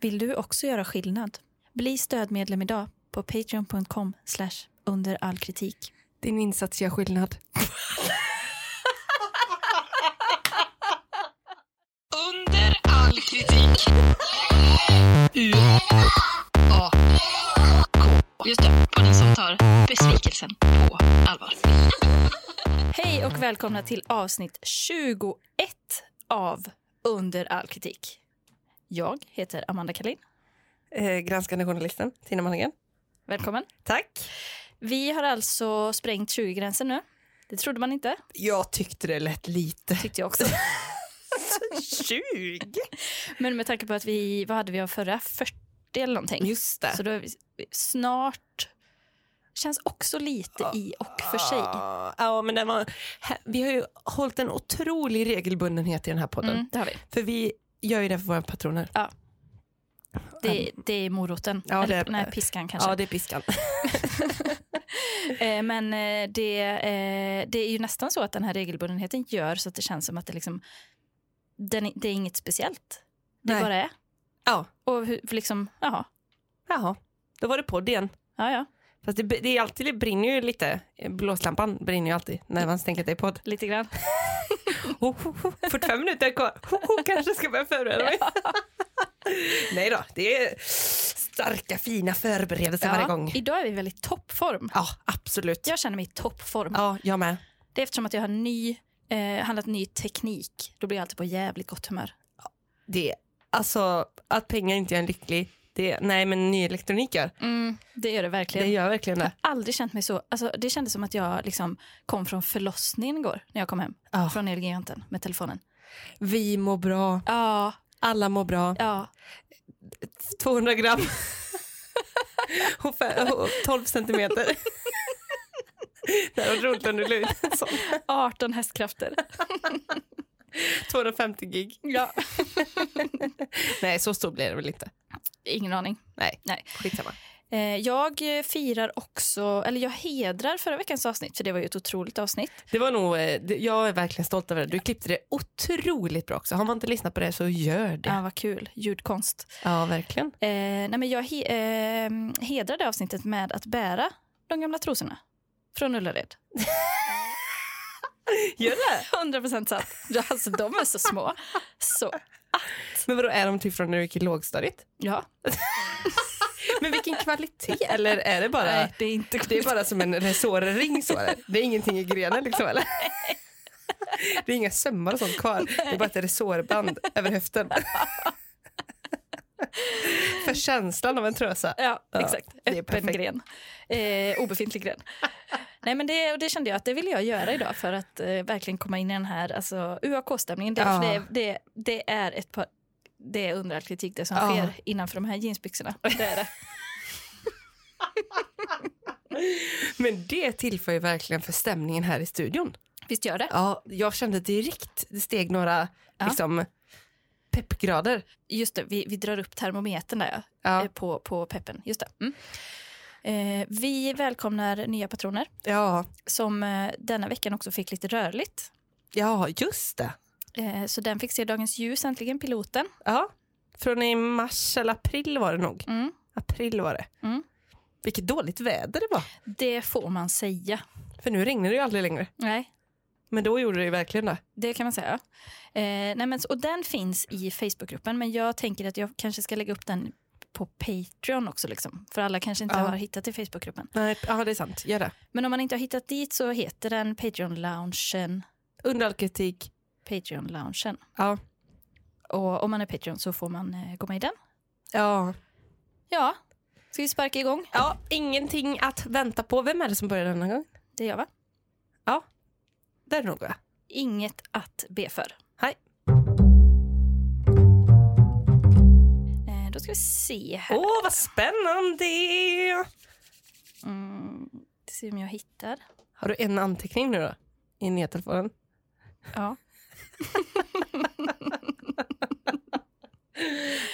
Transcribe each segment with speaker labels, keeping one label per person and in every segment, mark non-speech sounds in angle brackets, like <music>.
Speaker 1: Vill du också göra skillnad? Bli stödmedlem idag på patreon.com under all kritik.
Speaker 2: Din insats gör skillnad.
Speaker 3: Under all kritik. U A K. Just det, podden som tar besvikelsen på allvar.
Speaker 1: Hej och välkomna till avsnitt 21 av Under all kritik. Jag heter Amanda Kalin.
Speaker 2: Eh, granskande journalisten Tina Mannegren.
Speaker 1: Välkommen.
Speaker 2: Tack.
Speaker 1: Vi har alltså sprängt 20-gränsen nu. Det trodde man inte,
Speaker 2: Jag tyckte det lät <laughs> lite.
Speaker 1: tyckte jag också.
Speaker 2: 20?
Speaker 1: Men med tanke på att vi, vad hade vi av förra? 40 eller någonting.
Speaker 2: Just det.
Speaker 1: Så då är vi snart... Känns också lite i och för sig.
Speaker 2: Ah, Ja, men det var, hä- vi har ju hållit en otrolig regelbundenhet i den här podden.
Speaker 1: Mm, det har vi.
Speaker 2: För vi gör ju det för våra patroner.
Speaker 1: Det, det är moroten.
Speaker 2: Ehm. Ja, det-
Speaker 1: eller nej, piskan kanske.
Speaker 2: det är piskan. <laughs>
Speaker 1: Eh, Men eh, det, eh, det är ju nästan så att den här regelbundenheten gör så att det känns som att det liksom... Den, det är inget speciellt. Det
Speaker 2: Nej.
Speaker 1: bara är.
Speaker 2: Ja.
Speaker 1: Och hur, för liksom, jaha.
Speaker 2: Jaha, då var det podd igen.
Speaker 1: Ja, ja.
Speaker 2: Fast det, det, är alltid, det brinner ju lite. Blåslampan brinner ju alltid när man tänker att det är podd.
Speaker 1: Lite grann.
Speaker 2: <laughs> Oh, oh, oh, 45 minuter <laughs> kvar. Oh, oh, kanske ska börja förbereda mig. <laughs> Nej då, det är starka fina förberedelser varje gång.
Speaker 1: Idag är vi väldigt toppform.
Speaker 2: Ja, absolut.
Speaker 1: Jag känner mig i toppform.
Speaker 2: Ja, jag med.
Speaker 1: Det är eftersom att jag har ny, eh, handlat ny teknik. Då blir jag alltid på jävligt gott humör.
Speaker 2: Det, alltså, att pengar inte gör en lycklig, det, nej men ny elektronik gör.
Speaker 1: det gör Mm. det verkligen.
Speaker 2: Det gör verkligen det.
Speaker 1: Aldrig känt mig så. Alltså, det kändes som att jag liksom kom från förlossningen igår när jag kom hem
Speaker 2: Ja.
Speaker 1: från Elgiganten med telefonen.
Speaker 2: Vi mår bra,
Speaker 1: Ja,
Speaker 2: alla mår bra.
Speaker 1: ja.
Speaker 2: 200 <laughs> gram. och, fe- och 12 <laughs> centimeter. det här var roligt om du la ut en sån.
Speaker 1: 18 hästkrafter.
Speaker 2: 250 gig.
Speaker 1: <laughs> ja.
Speaker 2: Nej, så stor blir det väl inte.
Speaker 1: Ingen aning.
Speaker 2: Nej,
Speaker 1: Nej.
Speaker 2: skitsamma.
Speaker 1: Eh, jag eh, firar också, eller jag hedrar förra veckans avsnitt, för det var ju ett otroligt avsnitt.
Speaker 2: Det var nog, eh, det- jag är verkligen stolt över det. Du klippte det otroligt bra också. Har man inte lyssnat på det så gör det.
Speaker 1: Ja, vad kul. Ljudkonst.
Speaker 2: Ja, verkligen.
Speaker 1: Eh, nej, men jag he, eh, hedrar det avsnittet med att bära de gamla trosorna från Ullared.
Speaker 2: <laughs> Gör det?
Speaker 1: 100% sant. Ja, Alltså, de är så små. Så,
Speaker 2: <laughs> Men vadå, är de typ från när du gick i lågstadiet?
Speaker 1: ja.
Speaker 2: Men vilken kvalitet? Eller är det bara,
Speaker 1: Nej, det är inte
Speaker 2: det är bara som en resårring så? Eller? Det är ingenting i grenen liksom eller? <laughs> Det är inga sömmar och sånt kvar. Det är bara ett resårband över <laughs> höften. För känslan av en trösa.
Speaker 1: Ja,
Speaker 2: Ja,
Speaker 1: exakt.
Speaker 2: det är
Speaker 1: Öppen
Speaker 2: perfekt.
Speaker 1: gren. Eh, obefintlig gren. Nej, men det, och det kände jag att det ville jag göra idag för att eh, verkligen komma in i den här alltså, UAK-stämningen. Det,
Speaker 2: Ja.
Speaker 1: för det, det, det är ett par det är under all kritik det som
Speaker 2: Ja.
Speaker 1: sker innanför de här jeansbyxorna. Det är det.
Speaker 2: Men det tillför ju verkligen för stämningen här i studion.
Speaker 1: Visst gör det?
Speaker 2: Ja, jag kände direkt det steg några
Speaker 1: Ja.
Speaker 2: liksom, peppgrader.
Speaker 1: Just det, vi, vi drar upp termometern där ja,
Speaker 2: Ja.
Speaker 1: eh, på, på peppen. Just det. Mm. Eh, vi välkomnar nya patroner
Speaker 2: ja,
Speaker 1: som eh, denna veckan också fick lite rörligt.
Speaker 2: ja, just det.
Speaker 1: Eh, så den fick se dagens ljus äntligen, piloten.
Speaker 2: Ja. Från i mars eller april var det nog.
Speaker 1: Mm.
Speaker 2: April var det.
Speaker 1: Mm.
Speaker 2: Vilket dåligt väder det var.
Speaker 1: Det får man säga.
Speaker 2: För nu regnar det ju aldrig längre.
Speaker 1: Nej,
Speaker 2: Men då gjorde det ju verkligen det.
Speaker 1: Det kan man säga. Eh, nej men, och den finns i Facebookgruppen, men jag tänker att jag kanske ska lägga upp den på Patreon också. Liksom, för alla kanske inte
Speaker 2: Ja.
Speaker 1: har hittat till Facebookgruppen.
Speaker 2: Nej, ja, det är sant. Gör det.
Speaker 1: Men om man inte har hittat dit så heter den Patreon-loungen.
Speaker 2: Under all kritik.
Speaker 1: Patreon-loungen.
Speaker 2: Ja.
Speaker 1: Och om man är Patreon så får man eh, gå med i den.
Speaker 2: Ja.
Speaker 1: Ja, ska vi sparka igång?
Speaker 2: ja, ingenting att vänta på. Vem är det som börjar denna gång?
Speaker 1: Det gör va?
Speaker 2: Där är det nog jag.
Speaker 1: Inget att be för.
Speaker 2: Hej.
Speaker 1: Eh, då ska vi se här.
Speaker 2: Åh, vad spännande!
Speaker 1: Mm, se om jag hittar.
Speaker 2: Har du en anteckning nu då? I nya telefonen?
Speaker 1: Ja.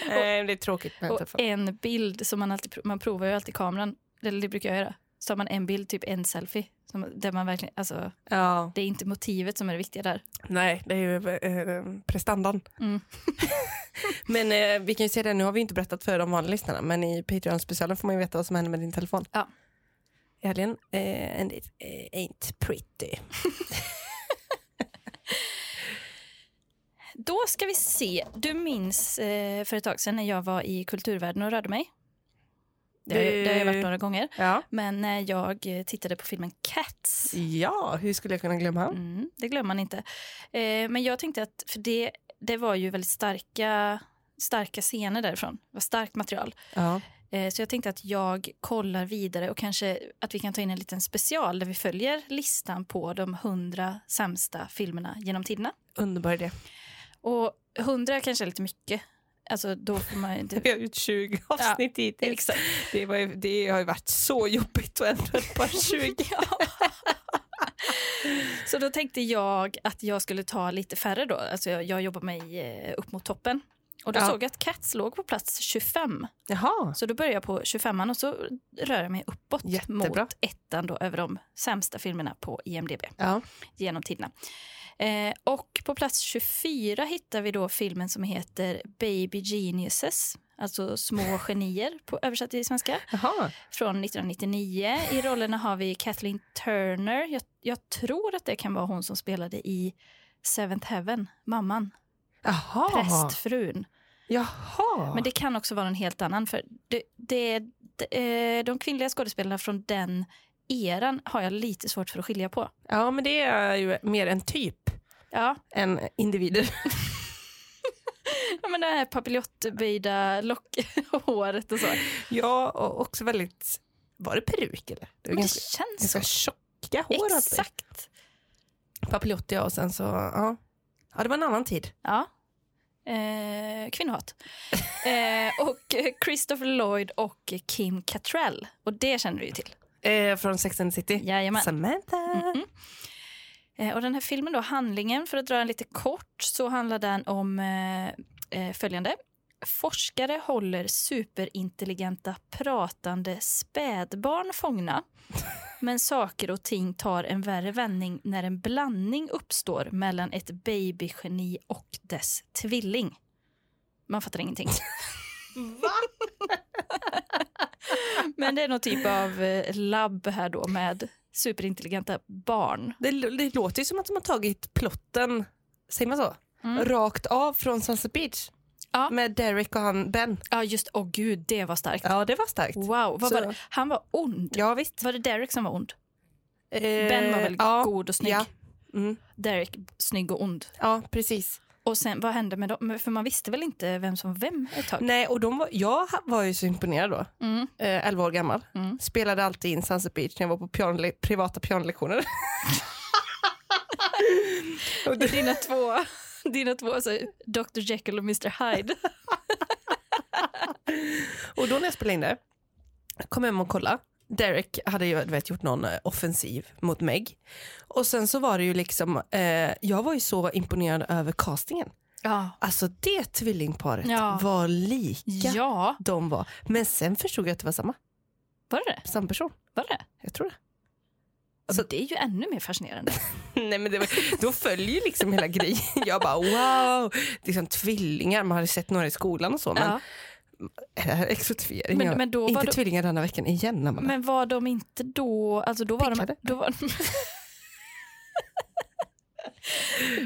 Speaker 2: Nej, Eh, det är tråkigt med en
Speaker 1: Och
Speaker 2: telefon.
Speaker 1: en bild som man alltid, man provar ju alltid kameran, eller det brukar jag göra. Så har man en bild, typ en selfie, som, där man verkligen, alltså
Speaker 2: Ja.
Speaker 1: det är inte motivet som är det viktiga där.
Speaker 2: Nej, det är ju eh, prestandan.
Speaker 1: Mm.
Speaker 2: eh, <laughs> Men eh, vi kan ju säga det, nu har vi inte berättat för de vanliga lyssnarna, men i Patreon-specialen får man ju veta vad som händer med din telefon.
Speaker 1: Ja.
Speaker 2: I helgen, eh, and it eh, ain't pretty.
Speaker 1: Då ska vi se. Du minns eh, för ett tag sedan när jag var i kulturvärlden och rörde mig. Det har, ju- det har jag varit några gånger.
Speaker 2: Ja.
Speaker 1: Men när jag eh, tittade på filmen Cats,
Speaker 2: ja, hur skulle jag kunna glömma?
Speaker 1: mm, det glömmer man inte. Eh, men jag tänkte att, för det, det var ju väldigt starka, starka scener därifrån. Det var starkt material.
Speaker 2: Ja.
Speaker 1: Eh, Så jag tänkte att jag kollar vidare och kanske att vi kan ta in en liten special där vi följer listan på de 100 sämsta filmerna genom tiderna.
Speaker 2: Underbar idé.
Speaker 1: Och 100 kanske är lite mycket. Alltså då får man ju
Speaker 2: <laughs>
Speaker 1: inte...
Speaker 2: Vi har gjort 20 avsnitt hittills.
Speaker 1: Exakt.
Speaker 2: Det, var ju, det har ju varit så jobbigt att ändra ett par 20.
Speaker 1: <laughs> Ja. Så då tänkte jag att jag skulle ta lite färre då. Alltså jag, jag jobbar mig eh, upp mot toppen. Och då
Speaker 2: Ja.
Speaker 1: såg jag att Cats låg på plats 25.
Speaker 2: <laughs> Jaha.
Speaker 1: Så då börjar jag på 25an och så rör jag mig uppåt
Speaker 2: Jättebra.
Speaker 1: mot ettan då över de sämsta filmerna på IMDB.
Speaker 2: Ja.
Speaker 1: genom tiderna. Eh, och på plats 24 hittar vi då filmen som heter Baby Geniuses, alltså små genier på översatt till svenska,
Speaker 2: Jaha.
Speaker 1: från 1999. I rollerna har vi Kathleen Turner. Jag, jag tror att det kan vara hon som spelade i Seventh Heaven, mamman,
Speaker 2: Jaha.
Speaker 1: prästfrun.
Speaker 2: Jaha.
Speaker 1: Men det kan också vara en helt annan, för det, det, det, eh, de kvinnliga skådespelarna från den eran har jag lite svårt för att skilja på.
Speaker 2: Ja, men det är ju mer en typ
Speaker 1: Ja, <laughs>
Speaker 2: än individer.
Speaker 1: Ja, men det här papiljottböjda <laughs> lockhåret och så.
Speaker 2: ja, och också väldigt... Var det peruk eller? Det var
Speaker 1: Men det
Speaker 2: ganska,
Speaker 1: känns så.
Speaker 2: ganska tjocka hår. alltså.
Speaker 1: Exakt.
Speaker 2: Papiljotti ja, och sen så... Ja. ja, det var en annan tid.
Speaker 1: Ja. Eh, kvinnohat. Eh, och eh, Christopher Lloyd och Kim Cattrall. Och det känner du ju till.
Speaker 2: Eh, från Sex and the City.
Speaker 1: Jajamän.
Speaker 2: Samantha.
Speaker 1: Eh, och den här filmen då, handlingen, för att dra den lite kort, så handlar den om eh, eh, följande. Forskare håller superintelligenta pratande spädbarn fångna. Men saker och ting tar en värre vändning när en blandning uppstår mellan ett babygeni och dess tvilling. Man fattar ingenting. <laughs> Men det är någon typ av eh, labb här då med superintelligenta barn.
Speaker 2: Det, l- det låter ju som att de har tagit plotten, säger man så?
Speaker 1: Mm.
Speaker 2: Rakt av från Sunset Beach.
Speaker 1: Ja.
Speaker 2: Med Derek och han Ben.
Speaker 1: Ja, just, åh gud, det var starkt.
Speaker 2: Ja, det var starkt.
Speaker 1: Wow, vad
Speaker 2: Så-
Speaker 1: var det? han var ond.
Speaker 2: Ja, visst.
Speaker 1: Var det Derek som var ond?
Speaker 2: Eh,
Speaker 1: Ben var väl
Speaker 2: ja.
Speaker 1: god och snygg?
Speaker 2: ja. Mm.
Speaker 1: Derek, snygg och ond.
Speaker 2: Ja, precis.
Speaker 1: Och sen, vad hände med dem? Men För man visste väl inte vem som var vem ett tag?
Speaker 2: Nej, och de var, jag ha- var ju så imponerad då.
Speaker 1: Mm.
Speaker 2: Eh, 11 år gammal.
Speaker 1: Mm.
Speaker 2: Spelade alltid in Sunset Beach när jag var på pianole- privata pianolektioner. <laughs> <laughs> och det,
Speaker 1: Dina två, dina två så, Dr Jekyll och Mr
Speaker 2: <laughs>
Speaker 1: Hyde.
Speaker 2: Och då när jag spelade in det, kom hem och kolla. Derek hade ju du vet, gjort någon eh, offensiv mot Meg. Och sen så var det ju liksom, eh, jag var ju så imponerad över castingen.
Speaker 1: Ja.
Speaker 2: Alltså det tvillingparet
Speaker 1: Ja.
Speaker 2: var lika
Speaker 1: ja,
Speaker 2: de var. Men sen förstod jag att det var samma,
Speaker 1: var det det?
Speaker 2: samma person.
Speaker 1: var det?
Speaker 2: Jag tror det.
Speaker 1: Så det är ju ännu mer fascinerande.
Speaker 2: <laughs> Nej men det var, då följer ju liksom hela grejen. <laughs> Jag bara wow, det är som tvillingar, man hade sett några i skolan och så. Men
Speaker 1: ja.
Speaker 2: är det här exotifiering?
Speaker 1: Men-
Speaker 2: Jag-
Speaker 1: men då var
Speaker 2: inte
Speaker 1: det-
Speaker 2: tvillingar denna veckan igen. Amanda.
Speaker 1: Men var de inte då... Alltså då var de,
Speaker 2: Picklade?
Speaker 1: då var <laughs> de,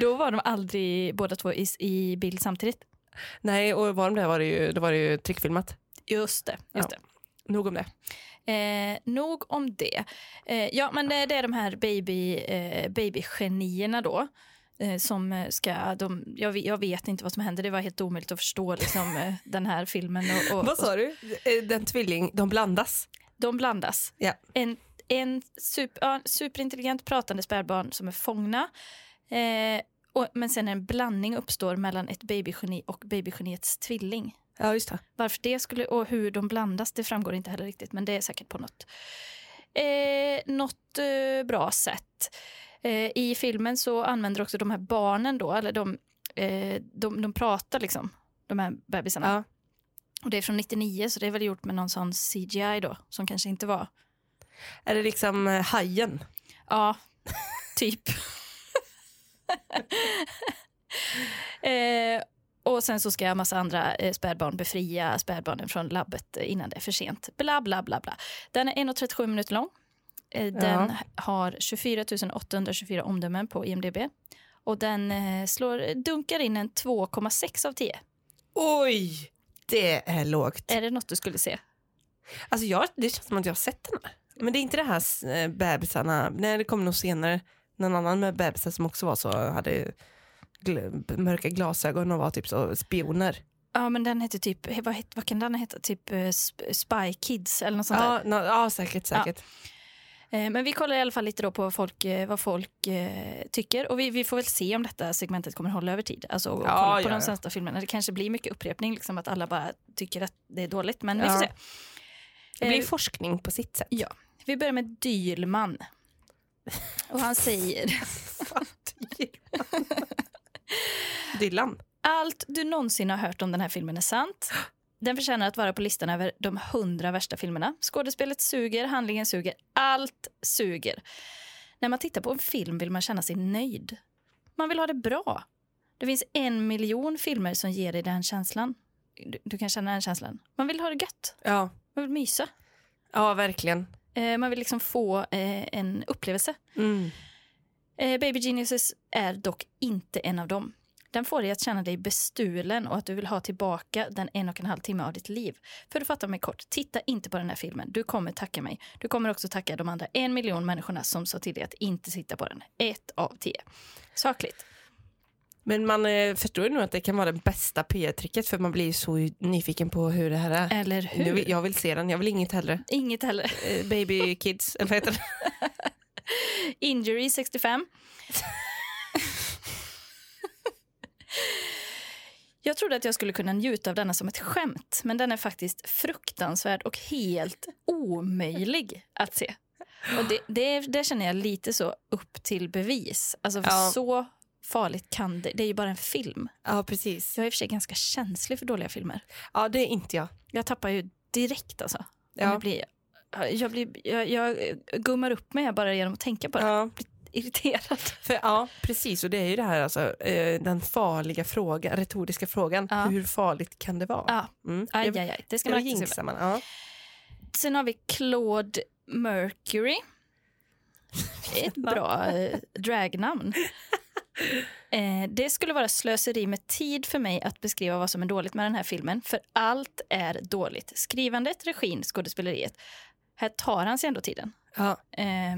Speaker 1: då var de aldrig båda två i, i bild samtidigt.
Speaker 2: Nej, och var de där var det ju, då var det ju trickfilmat.
Speaker 1: Just det. Just
Speaker 2: Ja. Nog om det.
Speaker 1: det. Eh, nog om det. Eh, ja, men det, det är de här baby, eh, babygenierna då. Eh, som eh, ska... De, jag, ve- jag vet inte vad som händer. Det var helt omöjligt att förstå liksom, eh, den här filmen. Och, och,
Speaker 2: Vad
Speaker 1: och,
Speaker 2: sa du? Eh, Den tvilling, de blandas.
Speaker 1: de blandas.
Speaker 2: Ja.
Speaker 1: en, en super, ja, superintelligent pratande spädbarn som är fångna. Eh, och, men sen en blandning uppstår mellan ett babygeni och babygeniets tvilling.
Speaker 2: Ja, just det.
Speaker 1: Varför det skulle och hur de blandas det framgår inte heller riktigt men det är säkert på något, eh, något eh, bra sätt. Eh, I filmen så använder också de här barnen då, eller de, eh, de, de pratar liksom, de här bebisarna.
Speaker 2: Ja.
Speaker 1: Och det är från 99 så det är väl gjort med någon sån CGI då som kanske inte var
Speaker 2: Är det liksom eh, hajen?
Speaker 1: Ja, <laughs> typ. <laughs> eh, Och sen så ska en massa andra eh, spädbarn befria spädbarnen från labbet eh, innan det är för sent. Bla, bla, bla, bla. Den är 1,37 minuter lång. Eh, Den har 24 824 omdömen på IMDB. Och den eh, slår, dunkar in en 2,6 av 10.
Speaker 2: Oj! Det är lågt.
Speaker 1: Är det något du skulle se?
Speaker 2: Alltså jag, det känns som att jag har sett den här. Men det är inte det här eh, bebisarna, nej det kommer nog senare. Någon annan med bebisar som också var så, hade gl- mörka glasögon och var typ så spioner.
Speaker 1: Ja, men den heter typ, he- vad, het, vad kan den heta? Typ eh, Sp- Spy Kids eller något sånt där.
Speaker 2: Ja, nå- ja, säkert, säkert.
Speaker 1: Eh, Men vi kollar i alla fall lite då på vad folk, eh, vad folk eh, tycker. Och vi, vi får väl se om detta segmentet kommer hålla över tid. Alltså och, och
Speaker 2: Ja,
Speaker 1: kolla på
Speaker 2: ja,
Speaker 1: de
Speaker 2: ja.
Speaker 1: sämsta filmerna. Det kanske blir mycket upprepning, liksom att alla bara tycker att det är dåligt. Men vi
Speaker 2: Ja.
Speaker 1: får se.
Speaker 2: Det blir
Speaker 1: Eh,
Speaker 2: forskning på sitt <laughs> sätt.
Speaker 1: Ja. Vi börjar med Dylman. Och han säger
Speaker 2: Fan, Dylan. Dylan.
Speaker 1: allt du någonsin har hört om den här filmen är sant. Den förtjänar att vara på listan över de hundra värsta filmerna. Skådespelet suger, handlingen suger, allt suger. När man tittar på en film vill man känna sig nöjd. Man vill ha det bra. Det finns en miljon filmer som ger dig den känslan. Du, du kan känna den känslan. Man vill ha det gött.
Speaker 2: Ja.
Speaker 1: Man vill mysa.
Speaker 2: ja, verkligen.
Speaker 1: Eh, man vill liksom få eh, en upplevelse.
Speaker 2: Mm.
Speaker 1: Eh, Baby Geniuses är dock inte en av dem. Den får dig att känna dig bestulen och att du vill ha tillbaka den en och en halv timme av ditt liv. För att fatta mig kort, titta inte på den här filmen. Du kommer tacka mig. Du kommer också tacka de andra en miljon människorna som sa till dig att inte titta på den. Ett av tio. Sakligt.
Speaker 2: Men man eh, förstår ju nog att det kan vara det bästa PR-tricket för man blir ju så ju nyfiken på hur det här är.
Speaker 1: Eller
Speaker 2: Nu
Speaker 1: hur?
Speaker 2: vill, jag vill se den, jag vill inget hellre.
Speaker 1: Inget heller.
Speaker 2: Eh, baby kids, eller vad heter det?
Speaker 1: Injury 65. Jag trodde att jag skulle kunna njuta av denna som ett skämt men den är faktiskt fruktansvärd och helt omöjlig att se. Och det, det, det känner jag lite så upp till bevis. Alltså för
Speaker 2: Ja.
Speaker 1: Så farligt kan det. Det är ju bara en film.
Speaker 2: Ja, precis.
Speaker 1: Jag är i och för sig ganska känslig för dåliga filmer.
Speaker 2: Ja, det är inte jag.
Speaker 1: Jag tappar ju direkt alltså.
Speaker 2: Ja.
Speaker 1: Jag, blir, jag, blir, jag, jag gummar upp mig bara genom att tänka på det.
Speaker 2: Ja,
Speaker 1: Irriterad.
Speaker 2: för, ja, precis. Och det är ju det här, alltså, eh, den farliga frågan, retoriska frågan.
Speaker 1: Ja.
Speaker 2: Hur farligt kan det vara?
Speaker 1: Ja.
Speaker 2: Mm.
Speaker 1: Aj,
Speaker 2: Jag-
Speaker 1: aj, aj. Det ska
Speaker 2: Då
Speaker 1: man akta sig
Speaker 2: jinxar man. Ja.
Speaker 1: för. Sen har vi Claude Mercury. Det
Speaker 2: <laughs>
Speaker 1: är ett bra eh, dragnamn. Eh, det skulle vara slöseri med tid för mig att beskriva vad som är dåligt med den här filmen. För allt är dåligt. Skrivandet, regin, skådespeleriet. Här tar han sig ändå tiden.
Speaker 2: Ja.
Speaker 1: Eh,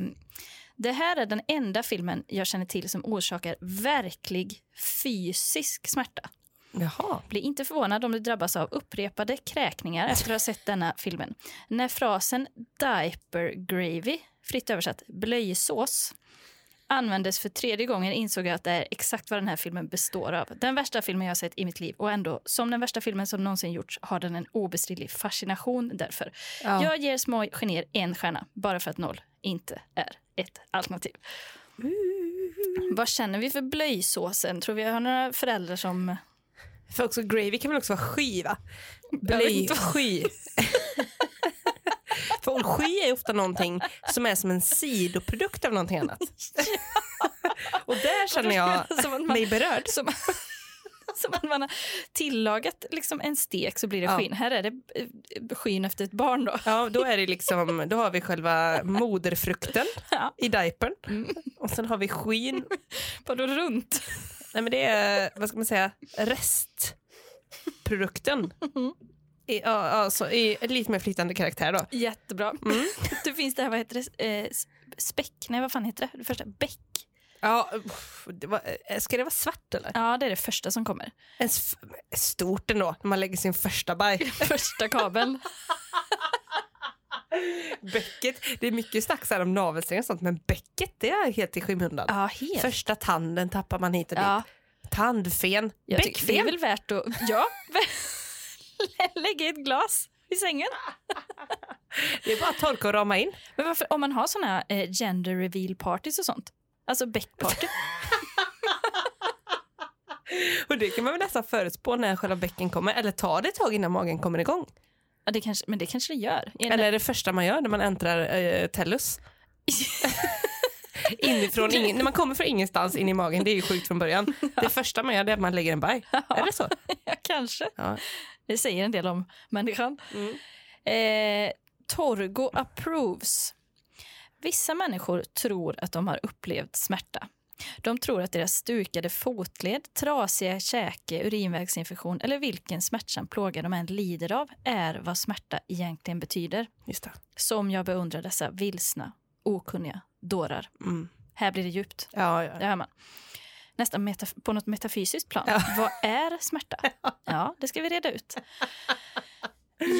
Speaker 1: det här är den enda filmen jag känner till som orsakar verklig fysisk smärta.
Speaker 2: Jaha.
Speaker 1: Bli inte förvånad om du drabbas av upprepade kräkningar efter att ha sett denna filmen. När frasen diaper gravy, fritt översatt blöjsås, användes för tredje gången insåg jag att det är exakt vad den här filmen består av. Den värsta filmen jag sett i mitt liv och ändå, som den värsta filmen som någonsin gjorts, har den en obestridlig fascination därför.
Speaker 2: Ja.
Speaker 1: Jag ger Små genier en stjärna, bara för att noll inte är ett alternativ. Vad känner vi för blöjsåsen? Tror vi har några föräldrar som...
Speaker 2: För också gravy kan väl också vara sky, va?
Speaker 1: Jag vet inte
Speaker 2: Blöjsky. <laughs> För sky är ju ofta någonting som är som en sidoprodukt av
Speaker 1: <laughs>
Speaker 2: någonting annat. Och där känner jag
Speaker 1: Som att man,
Speaker 2: mig berörd.
Speaker 1: <laughs> som, som att man har tillagat liksom en stek så blir det
Speaker 2: Ja.
Speaker 1: skinn. Här är det eh, skinn efter ett barn då.
Speaker 2: Ja, då är det liksom, då har vi själva moderfrukten
Speaker 1: Ja. <laughs>
Speaker 2: i diapern.
Speaker 1: Mm.
Speaker 2: Och sen har vi skyn.
Speaker 1: Vadå runt?
Speaker 2: Nej men det är, vad ska man säga, restprodukten.
Speaker 1: Mm.
Speaker 2: I, ja, alltså, i lite mer flytande karaktär då.
Speaker 1: Jättebra. Mm. Det finns det här, vad heter det, eh, späck? Nej, vad fan heter det? Det första, bäck.
Speaker 2: Ja, uff, det var, eh, ska det vara svart eller?
Speaker 1: Ja, det är det första som kommer.
Speaker 2: En s- stort ändå, när man lägger sin första baj.
Speaker 1: <laughs> Första kabeln.
Speaker 2: Bäcket, det är mycket snack så här om navelsträngar och sånt, men bäcket det är helt i skymundan.
Speaker 1: Ja, helt.
Speaker 2: Första tanden tappar man hit och dit.
Speaker 1: ja,
Speaker 2: Tandfen,
Speaker 1: jag tycker- det är väl
Speaker 2: bäckfen.
Speaker 1: värt att... Ja. <laughs> Lägga i ett glas i sängen.
Speaker 2: Det är bara att torka och rama in.
Speaker 1: Men varför, om man har såna eh, gender reveal parties och sånt. Alltså <laughs> bäckparty.
Speaker 2: Och det kan man väl nästan förutspå när själva bäcken kommer, eller tar det ett tag innan magen kommer igång.
Speaker 1: Ja, det kanske, men det kanske det gör.
Speaker 2: <laughs> Eller är det första man gör när man äntrar eh, Tellus? inifrån, ingen, när man kommer från ingenstans in i magen, det är ju sjukt från <laughs> början. Det första man gör det är att man lägger en baj. Är det så?
Speaker 1: Ja, <laughs> kanske.
Speaker 2: Ja.
Speaker 1: Det säger en del om människan. Eh, Torgo approves. Vissa människor tror att de har upplevt smärta. De tror att deras stukade fotled, trasiga käke, urinvägsinfektion eller vilken smärtsam plåga de än lider av är vad smärta egentligen betyder.
Speaker 2: Just det.
Speaker 1: Som jag beundrar dessa vilsna, okunniga dårar.
Speaker 2: Mm.
Speaker 1: Här blir det djupt.
Speaker 2: Ja, ja.
Speaker 1: Det hör man. Nästan metaf- på något metafysiskt plan.
Speaker 2: Ja.
Speaker 1: Vad är smärta? Ja, det ska vi reda ut.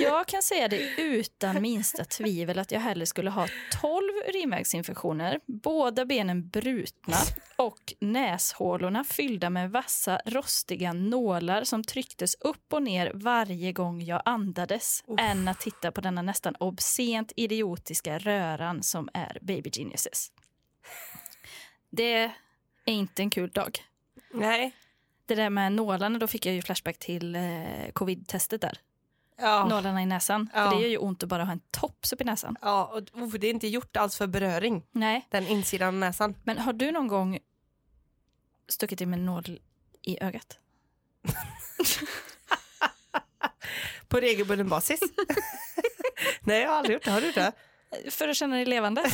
Speaker 1: Jag kan säga det utan minsta tvivel att jag hellre skulle ha 12 urinvägsinfektioner, båda benen brutna och näshålorna fyllda med vassa, rostiga nålar som trycktes upp och ner varje gång jag andades än att titta på denna nästan obscent idiotiska röran som är Baby Geniuses. Det är inte en kul dag.
Speaker 2: Nej.
Speaker 1: Det där med nålarna, då fick jag ju flashback till eh, covid-testet där.
Speaker 2: Ja.
Speaker 1: Nålarna i näsan.
Speaker 2: Ja.
Speaker 1: För det gör ju ont att bara ha en tops upp i näsan.
Speaker 2: Ja, och oh, det är inte gjort alls för beröring,
Speaker 1: Nej,
Speaker 2: den insidan av näsan.
Speaker 1: men har du någon gång stuckit in med en nål i ögat?
Speaker 2: På regelbunden basis. <laughs> Nej, jag har aldrig gjort det. Har du gjort det?
Speaker 1: För att känna dig levande?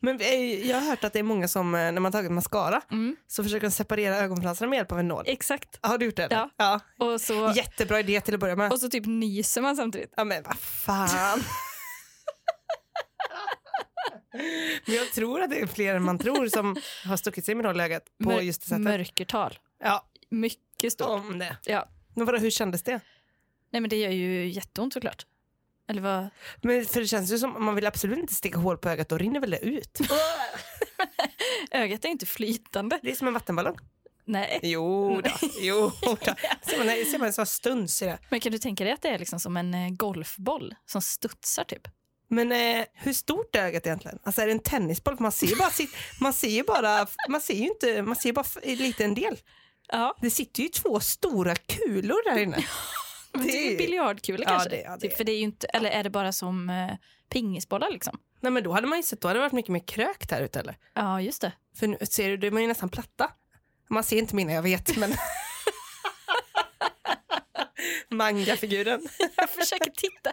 Speaker 2: Men eh, jag har hört att det är många som, eh, när man tagit mascara,
Speaker 1: Mm.
Speaker 2: så försöker de separera ögonfransarna med hjälp av en nål.
Speaker 1: <laughs> Exakt.
Speaker 2: Har du gjort det? eller?
Speaker 1: Och så,
Speaker 2: ja. Jättebra idé till att börja med.
Speaker 1: och så typ nyser man samtidigt.
Speaker 2: Ja men vad fan. <laughs> men jag tror att det är fler än man tror som har stuckit sig med nål i ögat på
Speaker 1: Mör-
Speaker 2: just det sättet.
Speaker 1: Mörkertal.
Speaker 2: Ja,
Speaker 1: Mycket stort.
Speaker 2: om det.
Speaker 1: Ja.
Speaker 2: Men vadå, hur kändes det?
Speaker 1: Nej men det gör ju jätteont såklart. Eller vad?
Speaker 2: Men för det känns ju som, man vill absolut inte sticka hål på ögat, då rinner väl det <laughs> ut?
Speaker 1: Ögat är inte flytande.
Speaker 2: Det är som en vattenballong.
Speaker 1: Nej.
Speaker 2: Jo då, <laughs> jo då. Ser man, ser man en sån stuns i det.
Speaker 1: Men kan du tänka dig att det är liksom som en eh, golfboll som studsar typ?
Speaker 2: Men eh, hur stort är ögat egentligen? Alltså är det en tennisboll? För Man ser ju bara, sitt, man ser ju bara, man ser ju inte, man ser ju bara f- en liten del.
Speaker 1: Ja.
Speaker 2: Det sitter ju två stora kulor där inne.
Speaker 1: Men det är ju biljardkulor
Speaker 2: Ja,
Speaker 1: kanske?
Speaker 2: det- ja, det
Speaker 1: typ,
Speaker 2: är-
Speaker 1: för det är ju inte, eller är det bara som eh, pingisbollar liksom?
Speaker 2: Nej men då hade man ju sett, då hade det varit mycket mer krökt här ute eller?
Speaker 1: Ja, just det.
Speaker 2: För nu ser du, de är ju nästan platta. Man ser inte mina, jag vet men. <laughs> Mangafiguren.
Speaker 1: <laughs> Jag försöker titta.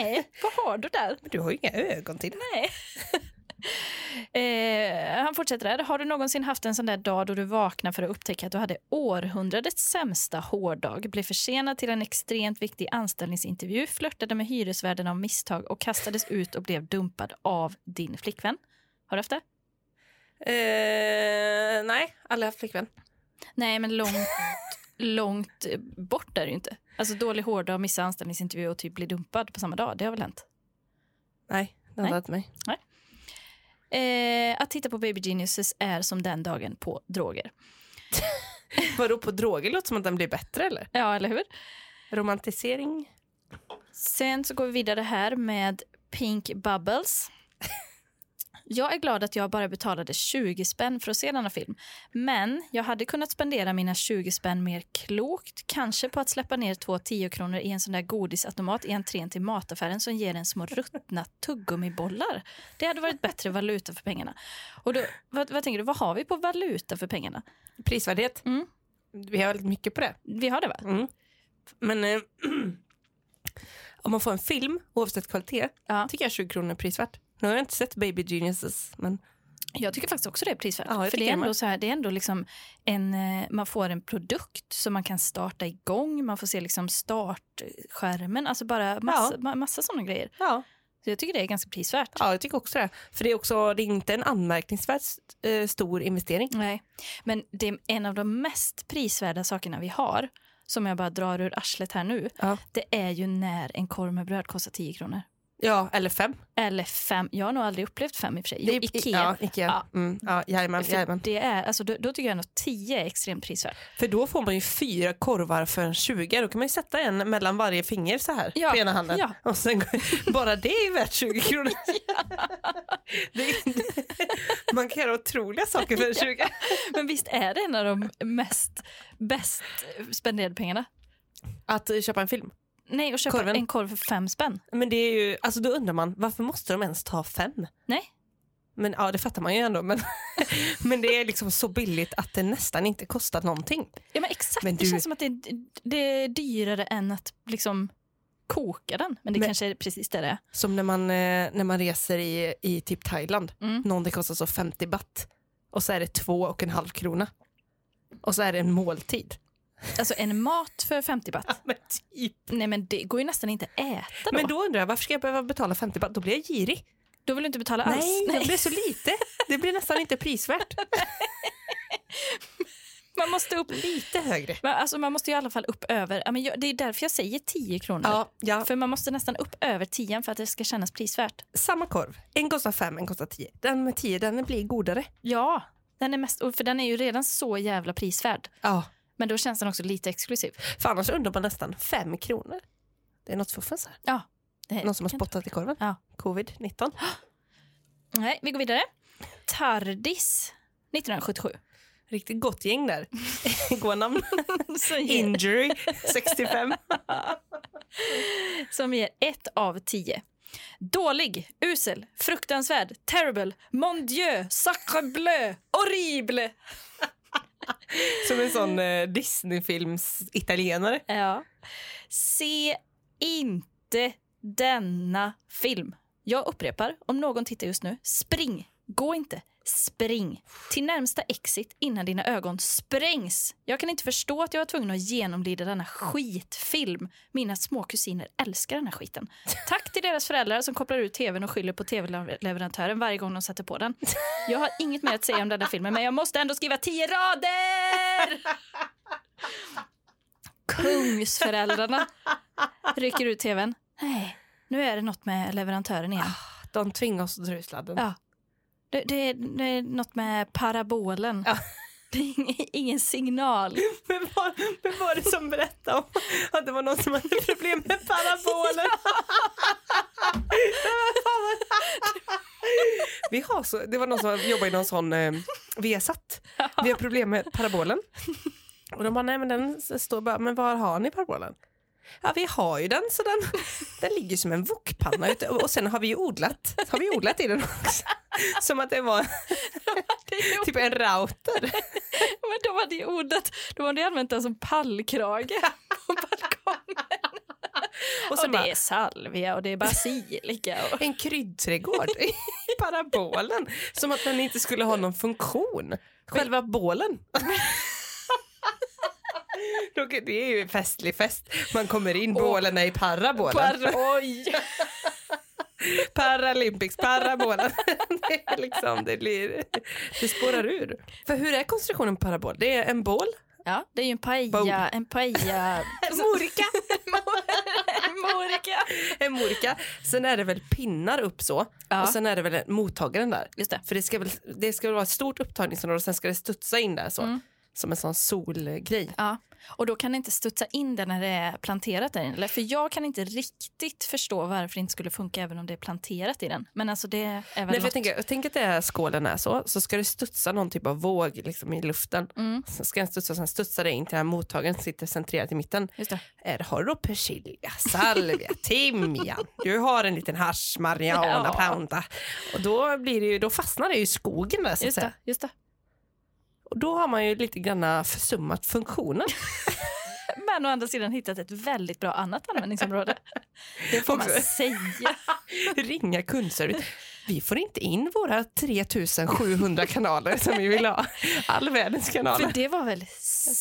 Speaker 1: Nej, vad har du där?
Speaker 2: Men du har ju inga ögon till.
Speaker 1: Nej. Eh, han fortsätter där. Har du någonsin haft en sån där dag då du vaknar för att upptäcka att du hade århundradets sämsta hårdag, blev försenad till en extremt viktig anställningsintervju, flörtade med hyresvärden av misstag och kastades ut och blev dumpad av din flickvän? Har du haft det?
Speaker 2: Eh, nej, aldrig haft flickvän.
Speaker 1: Nej, men långt, långt bort är det ju inte. Alltså dålig hårdag, missa anställningsintervju och typ bli dumpad på samma dag. Det har väl hänt?
Speaker 2: Nej, det har
Speaker 1: Nej.
Speaker 2: inte varit mig.
Speaker 1: Eh, att titta på Baby Geniuses är som den dagen på droger.
Speaker 2: Vadå på droger? Låter som att den blir bättre eller?
Speaker 1: Ja, eller hur?
Speaker 2: Romantisering?
Speaker 1: Sen så går vi vidare här med Pink Bubbles. Jag är glad att jag bara betalade 20 spänn för att se denna film. Men jag hade kunnat spendera mina 20 spänn mer klokt. Kanske på att släppa ner två 10 kronor i en sån där godisautomat i entrén till mataffären som ger en små ruttna tuggummibollar. Det hade varit bättre valuta för pengarna. Och då, vad, vad tänker du, vad har vi på valuta för pengarna?
Speaker 2: Prisvärdhet?
Speaker 1: Mm.
Speaker 2: Vi har väldigt mycket på det. Mm.
Speaker 1: Vi har det va?
Speaker 2: Men eh, <clears throat> om man får en film, oavsett kvalitet,
Speaker 1: Ja.
Speaker 2: tycker jag 20 kronor är prisvärt. Nu har jag inte sett Baby Geniuses, men
Speaker 1: Jag tycker faktiskt också det är prisvärt.
Speaker 2: Ja, jag
Speaker 1: för
Speaker 2: tycker
Speaker 1: det är
Speaker 2: det
Speaker 1: ändå,
Speaker 2: med.
Speaker 1: så här, det är ändå liksom en, eh, man får en produkt som man kan starta igång. Man får se liksom startskärmen, alltså bara massa, ma- massa sådana grejer.
Speaker 2: ja.
Speaker 1: Så jag tycker det är ganska prisvärt.
Speaker 2: ja, jag tycker också det. För det är också det är inte en anmärkningsvärt eh, stor investering.
Speaker 1: Nej. Men det är en av de mest prisvärda sakerna vi har, som jag bara drar ur arslet här nu,
Speaker 2: Ja.
Speaker 1: det är ju när en korv med bröd kostar 10 kronor.
Speaker 2: Ja, eller fem.
Speaker 1: Eller fem, jag har nog aldrig upplevt fem i och för sig. Jo,
Speaker 2: Det är-
Speaker 1: Ikea.
Speaker 2: Ja, Ikea.
Speaker 1: Ja.
Speaker 2: Mm, ja, jajamän,
Speaker 1: För
Speaker 2: jajamän.
Speaker 1: det är, alltså, då, då tycker jag nog 10 är extremt prisvärt.
Speaker 2: För då får man ju fyra korvar för en 20. Då kan man ju sätta en mellan varje finger så här
Speaker 1: Ja,
Speaker 2: på ena handen.
Speaker 1: ja.
Speaker 2: Och sen, går- <laughs> bara det är ju värt 20 <laughs> kronor. det, man kan göra otroliga saker <laughs> för en 20.
Speaker 1: Men visst är det en av de mest bäst spenderade pengarna?
Speaker 2: Att eh, köpa en film.
Speaker 1: Nej, att köpa
Speaker 2: Korven.
Speaker 1: en korv för fem spänn.
Speaker 2: Men det är ju, alltså då undrar man, varför måste de ens ta fem?
Speaker 1: Nej,
Speaker 2: Men ja, det fattar man ju ändå. Men, <laughs> men det är liksom så billigt att det nästan inte kostar någonting.
Speaker 1: Ja, men exakt.
Speaker 2: Men
Speaker 1: Det
Speaker 2: du-
Speaker 1: känns som att det, det är dyrare än att liksom koka den. Men det
Speaker 2: Men-
Speaker 1: kanske är precis det det är.
Speaker 2: Som när man, eh, när man reser i, i typ Thailand.
Speaker 1: Mm.
Speaker 2: Någonting kostar så 50 baht och så är det två och en halv krona. Och så är det en måltid.
Speaker 1: Alltså en mat för 50 baht.
Speaker 2: Men, typ.
Speaker 1: Nej, men det går ju nästan inte att äta då.
Speaker 2: men
Speaker 1: då,
Speaker 2: då undrar jag, varför ska jag behöva betala 50 baht? Då blir jag girig.
Speaker 1: vill du inte betala alls.
Speaker 2: Nej, det blir så lite. Det blir nästan inte prisvärt.
Speaker 1: Man måste upp
Speaker 2: Lite högre.
Speaker 1: Men Alltså man måste ju i alla fall upp över, ja, men jag, det är därför jag säger 10 kronor.
Speaker 2: Ja, ja.
Speaker 1: För man måste nästan upp över 10 för att det ska kännas prisvärt.
Speaker 2: Samma korv. En kostar fem, en kostar tio. Den med tio, den blir godare.
Speaker 1: Ja, den är mest, och för den är ju redan så jävla prisvärd.
Speaker 2: Ja.
Speaker 1: Men då känns den också lite exklusiv.
Speaker 2: För annars undrar man nästan fem kronor. Det är något fuffens här.
Speaker 1: Ja. Det-
Speaker 2: Någon som har
Speaker 1: kan-
Speaker 2: spottat i korven.
Speaker 1: Ja.
Speaker 2: Covid-19.
Speaker 1: Nej, vi går vidare. Tardis 1977.
Speaker 2: <gasps> Riktigt gott gäng där. <laughs> Goa namn.
Speaker 1: Som ger,
Speaker 2: <laughs> Injury 65.
Speaker 1: som ger 1 av 10. Dålig, usel, fruktansvärd, terrible, mon dieu, sacre bleu, horrible.
Speaker 2: Som en sån eh, Disney-films italienare.
Speaker 1: Ja. Se inte denna film. Jag upprepar, om någon tittar just nu, spring! Gå inte, spring! Till närmsta exit innan dina ögon sprängs. Jag kan inte förstå att jag var tvungen att genomlida denna skitfilm. Mina små kusiner älskar den här skiten. Tack till deras föräldrar som kopplar ut tvn och skyller på tv-leverantören varje gång de sätter på den. Jag har inget mer att säga om den här filmen, men jag måste ändå skriva tio rader! Kungsföräldrarna rycker ut tvn. Ah. Nej, nu är det något med leverantören igen.
Speaker 2: De tvingar oss att dra ut sladden.
Speaker 1: Ja. Det, det, det är något med parabolen.
Speaker 2: Ja.
Speaker 1: Det är ing- ingen signal.
Speaker 2: Vem, var, vem var det som berättade om att det var någon som hade problem med parabolen? Vi har så, det var någon som jobbade i någon sån eh, Viasat. Vi har problem med parabolen. Och de bara, nej men den står bara, men var har ni parabolen? Ja vi har ju den så den, den ligger som en wokpanna ute. Och sen har vi ju odlat, har vi odlat i den också. Som att det var
Speaker 1: <laughs> Det är,
Speaker 2: typ en router.
Speaker 1: men de hade ju ordet, de hade ju använt den som pallkrage på balkongen. Och,
Speaker 2: sen
Speaker 1: det
Speaker 2: bara-
Speaker 1: är salvia och det är basilika. Och...
Speaker 2: En kryddträdgård <laughs> i parabolen. Som att den inte skulle ha någon funktion. Själva bålen. <laughs> Då- Det är ju en festlig fest. Man kommer in, bålen är i parabolen.
Speaker 1: Par- <laughs> oj!
Speaker 2: Paralympics, parabolen. <laughs> Det, är liksom, det, blir, det spårar ur. För hur är konstruktionen på parabol? Det är en bål.
Speaker 1: Ja, det är ju en
Speaker 2: Bowl.
Speaker 1: paella, en <laughs> paella...
Speaker 2: Morka.
Speaker 1: Morika!
Speaker 2: <laughs> En morka. Sen är det väl pinnar upp så.
Speaker 1: Ja.
Speaker 2: Och sen är det väl mottagaren där.
Speaker 1: Just det.
Speaker 2: För det ska, väl, det ska väl vara ett stort upptagningsområde och sen ska det studsa in där så.
Speaker 1: Mm.
Speaker 2: Som en sån solgrej.
Speaker 1: Ja, och då kan det inte studsa in det när det är planterat där inne. eller? För jag kan inte riktigt förstå varför det inte skulle funka även om det är planterat i den. Men alltså det är väl
Speaker 2: Nej, för
Speaker 1: något.
Speaker 2: jag, tänker, jag tänker att det är skålen är så, så ska det studsa någon typ av våg liksom, i luften.
Speaker 1: Mm.
Speaker 2: Sen ska den studsa, sen studsar det in till den här mottagaren som sitter centrerat i mitten.
Speaker 1: Just det.
Speaker 2: Är, har du då persilja,
Speaker 1: <laughs>
Speaker 2: salvia, timjan? Du har en liten hasch, marijuana,
Speaker 1: Ja.
Speaker 2: planta. Och då, blir det ju, då fastnar det ju i skogen där så att
Speaker 1: Just
Speaker 2: säga.
Speaker 1: det, just det.
Speaker 2: Och då har man ju lite grann försummat funktionen.
Speaker 1: Men å andra sidan hittat ett väldigt bra annat användningsområde. <laughs> Det får man
Speaker 2: Också.
Speaker 1: säga.
Speaker 2: ringa kundservice. Vi får inte in våra 3700 kanaler som vi vill ha. All världens
Speaker 1: <laughs> För
Speaker 2: kanaler.
Speaker 1: det var väl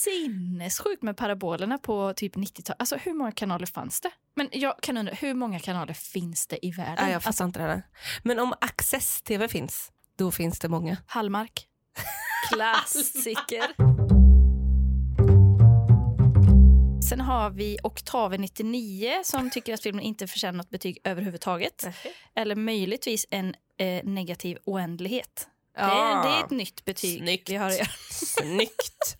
Speaker 1: sinnessjukt med parabolerna på typ 90-talet. Alltså hur många kanaler fanns det? Men jag kan undra, hur många kanaler finns det i världen?
Speaker 2: Nej, jag fattar inte det här. Men om Access TV finns, då finns det många. <laughs>
Speaker 1: Hallmark. Klassiker. Sen har vi Oktave 99 som tycker att filmen inte förtjänar något betyg överhuvudtaget. Eller möjligtvis en eh, negativ oändlighet. Det, det är ett nytt betyg.
Speaker 2: Ah, Snyggt.
Speaker 1: Vi har,
Speaker 2: Snyggt.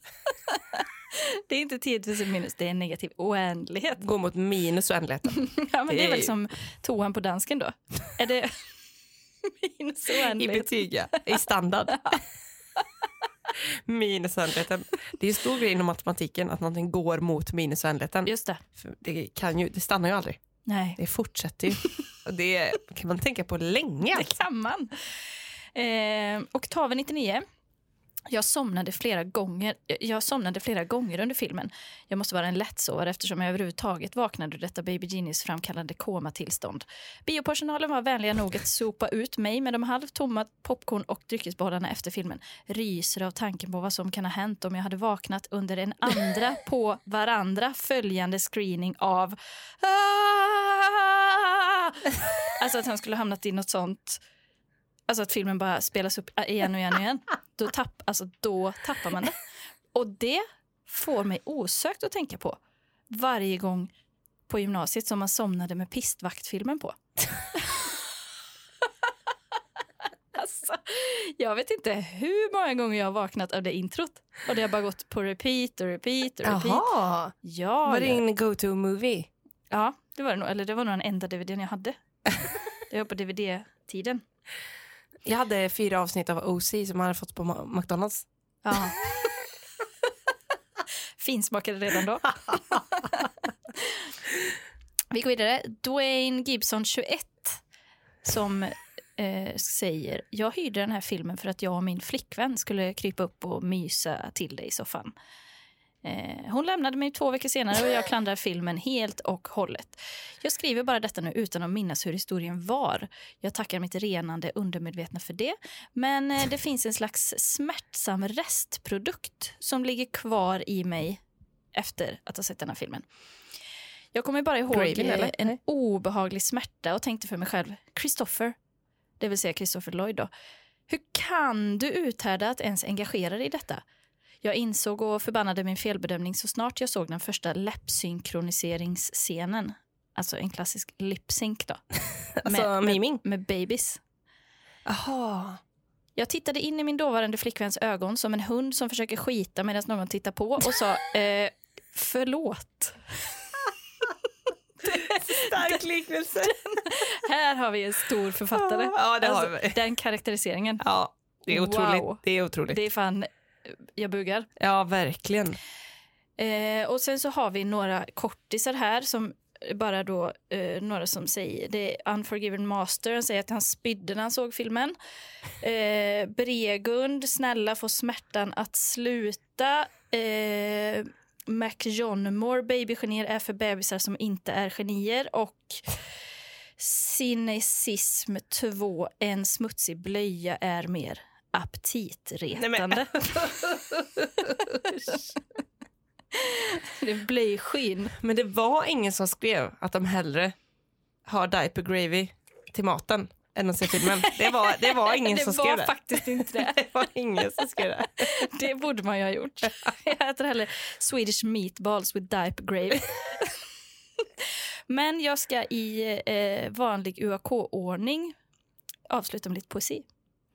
Speaker 1: det är inte 10 000 minus, det är en negativ
Speaker 2: <laughs>
Speaker 1: oändlighet.
Speaker 2: Gå mot minus oändligheten.
Speaker 1: Ja, men det är väl
Speaker 2: Det-
Speaker 1: som toan på dansken då. Är
Speaker 2: <laughs>
Speaker 1: det <laughs> minus
Speaker 2: I
Speaker 1: oändlighet?
Speaker 2: betyg, ja. I standard. Minus oändligheten. Det är en stor grej inom matematiken att någonting går mot minus oändligheten.
Speaker 1: Just det.
Speaker 2: För Det, kan ju, det stannar ju aldrig.
Speaker 1: Nej. <laughs>
Speaker 2: Det fortsätter ju. Och det kan man tänka på länge.
Speaker 1: Det kan man. Eh, Oktaven 99. Jag somnade, flera gånger, jag somnade flera gånger under filmen. Jag måste vara en lättsovare eftersom jag överhuvudtaget vaknade ur detta Baby Genies framkallande komatillstånd. Biopersonalen var vänliga nog att sopa ut mig med de halvtomma popcorn och dryckesbollarna efter filmen. Ryser av tanken på vad som kan ha hänt om jag hade vaknat under en andra på varandra följande screening av... Ah! Alltså att han skulle ha hamnat i något sånt... Alltså att filmen bara spelas upp igen och igen och igen. Då, tapp, alltså då tappar man det. Och det får mig osökt att tänka på varje gång på gymnasiet som man somnade med pistvaktfilmen på. <laughs> alltså, jag vet inte hur många gånger jag har vaknat av det introt. Och det har bara gått på repeat och repeat och repeat.
Speaker 2: Jaha,
Speaker 1: Ja,
Speaker 2: var det
Speaker 1: ja.
Speaker 2: din go-to-movie?
Speaker 1: Ja, det var det nog. Eller det var nog den enda DVDn jag hade. Det var på DVD-tiden.
Speaker 2: Jag hade fyra avsnitt av OC som jag hade fått på Ma- McDonalds.
Speaker 1: Ja. <laughs> Finsmakade redan då. <laughs> Vi går vidare. Dwayne Gibson, 21, som eh, säger jag hyrde den här filmen för att jag och min flickvän skulle krypa upp och mysa till dig i soffan. Eh, hon lämnade mig två veckor senare och jag klandrar filmen helt och hållet. Jag skriver bara detta nu utan att minnas hur historien var. Jag tackar mitt renande undermedvetna för det. Men eh, det finns en slags smärtsam restprodukt som ligger kvar i mig efter att ha sett den här filmen. Jag kommer bara ihåg
Speaker 2: Graven,
Speaker 1: eh,
Speaker 2: eller?
Speaker 1: en
Speaker 2: Nej.
Speaker 1: obehaglig smärta och tänkte för mig själv, Christopher, det vill säga Christopher Lloyd då, hur kan du uthärda att ens engagera dig i detta? Jag insåg och förbannade min felbedömning så snart jag såg den första läppsynkroniseringsscenen. Alltså en klassisk lip-sync
Speaker 2: <laughs>
Speaker 1: då,
Speaker 2: Alltså
Speaker 1: Men-
Speaker 2: miming.
Speaker 1: med babies.
Speaker 2: <laughs> Jaha.
Speaker 1: Jag tittade in i min dåvarande flickväns ögon som en hund som försöker skita medan någon tittar på och sa
Speaker 2: <laughs>
Speaker 1: eh, förlåt. <laughs>
Speaker 2: Stark liknelse.
Speaker 1: Här har vi en stor författare. Alltså,
Speaker 2: Ja, det har vi.
Speaker 1: Den karaktäriseringen.
Speaker 2: Ja, det är otroligt.
Speaker 1: Wow.
Speaker 2: Det är otroligt.
Speaker 1: Det är fan, eh, jag bugar.
Speaker 2: Ja, verkligen.
Speaker 1: Eh, och sen så har vi några kortisar här som bara då eh, några som säger det är Unforgiven Master, han säger att han spydde när han såg filmen. Eh, Bregund, snälla få smärtan att sluta. Eh, Mac Johnmore, babygenier är för bebisar som inte är genier och Cinecism 2, en smutsig blöja är mer aptitretande. det är blöjskinn.
Speaker 2: Men det var ingen som skrev att de hellre har diaper gravy till maten än att se filmen. Det var,
Speaker 1: <laughs>
Speaker 2: det var ingen som
Speaker 1: det
Speaker 2: skrev
Speaker 1: var
Speaker 2: det.
Speaker 1: faktiskt inte det.
Speaker 2: <laughs> Det var ingen som skrev det.
Speaker 1: Det borde man ju ha gjort. <laughs> Jag äter hellre Swedish meatballs with diaper
Speaker 2: <laughs>
Speaker 1: gravy. Men jag ska i eh, vanlig UAK-ordning avsluta med lite poesi.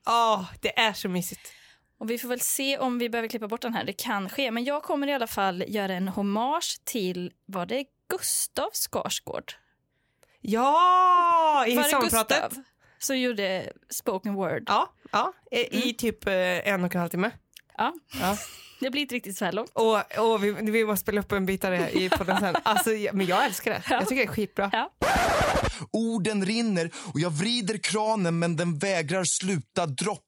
Speaker 2: Ja, det är så mysigt.
Speaker 1: Och vi får väl se om vi behöver klippa bort den här. Det kan ske. Men jag kommer i alla fall göra en hommage till, var det Gustav Skarsgård?
Speaker 2: Ja, i
Speaker 1: Var det
Speaker 2: sommarpratet.
Speaker 1: Gustav som gjorde spoken word?
Speaker 2: Ja, ja, i
Speaker 4: Mm.
Speaker 2: i typ eh, en och en halv timme.
Speaker 1: Ja.
Speaker 2: Ja.
Speaker 1: Det blir inte riktigt så här långt.
Speaker 2: Och, och vi, vi måste spela upp en bit av det i
Speaker 4: <laughs>
Speaker 2: podden sen. Alltså, jag- men jag älskar det. Jag tycker det är skitbra.
Speaker 5: Orden rinner och jag vrider kranen men den vägrar sluta droppa.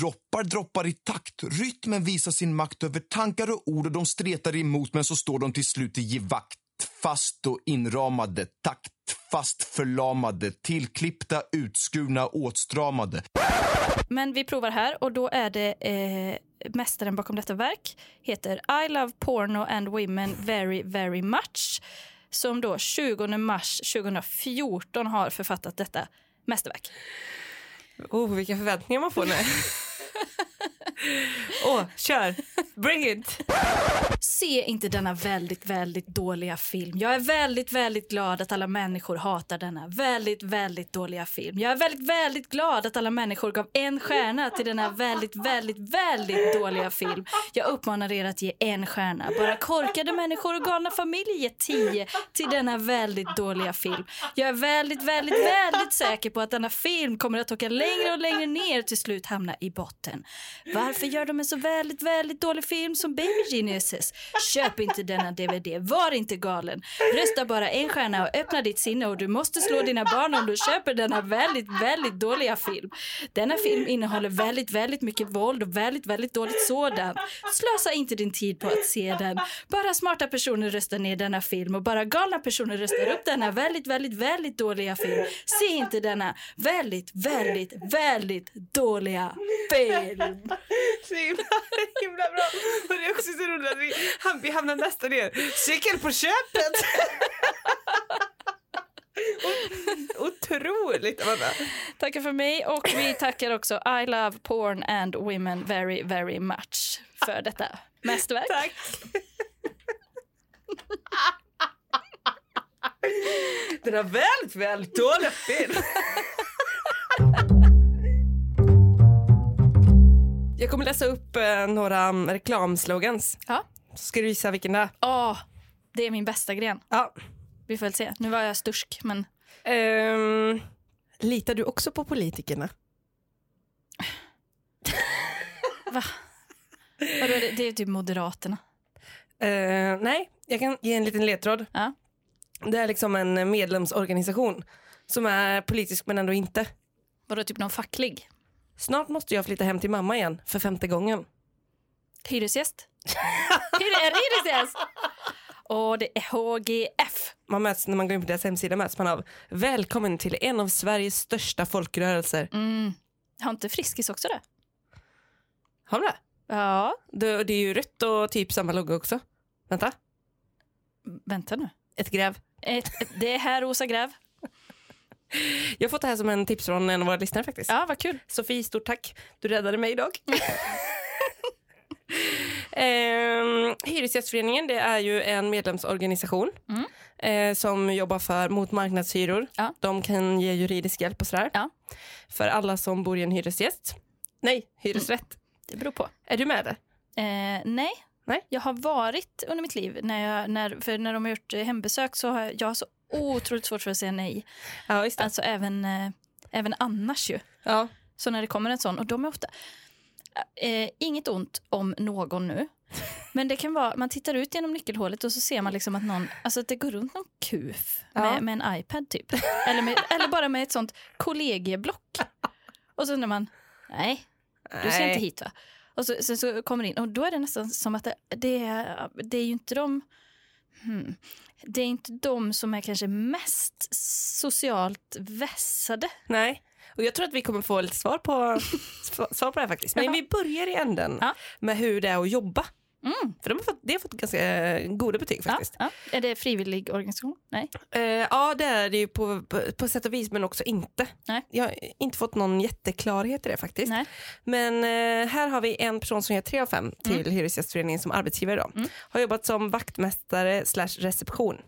Speaker 5: Droppar droppar i takt. Rytmen visar sin makt över tankar och ord och de stretar emot men så står de till slut i givakt. Fast och inramade, taktfast förlamade, tillklippta, utskurna, åtstramade.
Speaker 1: Men vi provar här och då är det eh, mästaren bakom detta verk heter I love porno and women very very much som då 20 mars 2014 har författat detta mästerverk.
Speaker 2: Oh, vilka förväntningar man
Speaker 4: <laughs>
Speaker 2: får nu. Åh, kör. Bring it.
Speaker 1: Se inte denna väldigt, väldigt dåliga film. Jag är väldigt, väldigt glad att alla människor hatar denna väldigt, väldigt dåliga film. Jag är väldigt, väldigt glad att alla människor gav en stjärna till denna väldigt, väldigt, väldigt dåliga film. Jag uppmanar er att ge en stjärna. Bara korkade människor och galna familjer ger tio till denna väldigt dåliga film. Jag är väldigt, väldigt, väldigt säker på att denna film kommer att åka längre och längre ner och till slut hamna i botten. Varför gör de en så väldigt, väldigt dålig film som Baby Geniuses? Köp inte denna DVD, var inte galen. Rösta bara en stjärna och öppna ditt sinne och du måste slå dina barn om du köper denna väldigt, väldigt dåliga film. Denna film innehåller väldigt, väldigt mycket våld och väldigt, väldigt dåligt sådant. Slösa inte din tid på att se den. Bara smarta personer röstar ner denna film och bara galna personer röstar upp denna väldigt, väldigt, väldigt dåliga film. Se inte denna väldigt, väldigt, väldigt dåliga film.
Speaker 4: Så himla, himla bra. Och det är också så roligt att vi, ham- vi hamnar nästan ner. Cykel på köpet! <laughs> Ot- Otroligt! Amanda.
Speaker 1: Tackar för mig och vi tackar också I love porn and women very, very much för detta mästerverk.
Speaker 2: <laughs>
Speaker 4: Tack! Den är väldigt, väldigt dålig film.
Speaker 2: <laughs> Jag kommer läsa upp eh, några mm, reklamslogans.
Speaker 1: Ja.
Speaker 2: Så ska du gissa vilken det är.
Speaker 1: Åh, det är min bästa gren.
Speaker 2: Ja.
Speaker 1: Vi får väl se. Nu var jag stursk, men
Speaker 2: Ehm, litar du också på politikerna?
Speaker 1: vadå, det, det är ju typ Moderaterna.
Speaker 2: Eh, nej, jag kan ge en liten ledtråd.
Speaker 1: Ja.
Speaker 2: Det är liksom en medlemsorganisation som är politisk men ändå inte.
Speaker 1: Vadå, typ någon facklig?
Speaker 2: Snart måste jag flytta hem till mamma igen för femte gången.
Speaker 1: <laughs> Hyresgäst? Hyr, är det hyresgäst? Och det är HGF.
Speaker 2: Man möts, när man går in på deras hemsida möts man av Välkommen till en av Sveriges största folkrörelser.
Speaker 1: Mm. Har inte Friskis också det?
Speaker 2: Har du det?
Speaker 1: Ja.
Speaker 2: det? Det är ju rött och typ samma logga också. Vänta.
Speaker 1: Vänta nu.
Speaker 2: Ett gräv.
Speaker 1: Ett, ett, det är här Rosa Gräv.
Speaker 2: Jag har fått det här som en tips från en av våra lyssnare faktiskt.
Speaker 1: Ja, Mm. vad kul.
Speaker 2: Sofie, stort tack. Du räddade mig idag. <laughs> Ehm, Hyresgästföreningen det är ju en medlemsorganisation
Speaker 1: Mm.
Speaker 2: eh, som jobbar för mot marknadshyror.
Speaker 1: Ja.
Speaker 2: De kan ge juridisk hjälp och sådär.
Speaker 1: Ja.
Speaker 2: För alla som bor i en hyresgäst. Nej, hyresrätt.
Speaker 1: Det beror på.
Speaker 2: Är du med där?
Speaker 1: Eh, nej.
Speaker 2: Nej.
Speaker 1: Jag har varit under mitt liv, när jag, när, för när de har gjort eh, hembesök så har jag, jag har så otroligt svårt för att säga nej.
Speaker 2: Ja, just det.
Speaker 1: Alltså även, eh, även annars ju.
Speaker 2: Ja.
Speaker 1: Så när det kommer en sån, och de är ofta... Eh, inget ont om någon nu. Men det kan vara, man tittar ut genom nyckelhålet och så ser man liksom att någon, alltså att det går runt någon kuf med,
Speaker 2: Ja.
Speaker 1: med en iPad typ. Eller, med, eller bara med ett sånt kollegieblock. Och så undrar man, nej, du ska
Speaker 2: Nej.
Speaker 1: inte hit va? Och så, sen så kommer det in och då är det nästan som att det, det, är, det är ju inte de hmm, det är inte de som är kanske mest socialt vässade.
Speaker 2: Nej. Och jag tror att vi kommer få lite svar på, <laughs> sv- svar på det här faktiskt. Men
Speaker 1: Jaha.
Speaker 2: vi börjar i änden
Speaker 1: Ja.
Speaker 2: med hur det är att jobba.
Speaker 1: Mm.
Speaker 2: För de har fått, det har fått ganska eh, goda betyg
Speaker 1: Ja,
Speaker 2: faktiskt.
Speaker 1: ja. Är det frivillig organisation? Nej.
Speaker 2: Eh, ja, det är det ju på, på, på sätt och vis, men också inte.
Speaker 1: Nej.
Speaker 2: Jag har inte fått någon jätteklarhet i det faktiskt.
Speaker 1: Nej.
Speaker 2: Men eh, här har vi en person som ger 3 av 5 till Hyresgästföreningen som arbetsgivare. Då.
Speaker 1: Mm.
Speaker 2: Har jobbat som vaktmästare slash reception.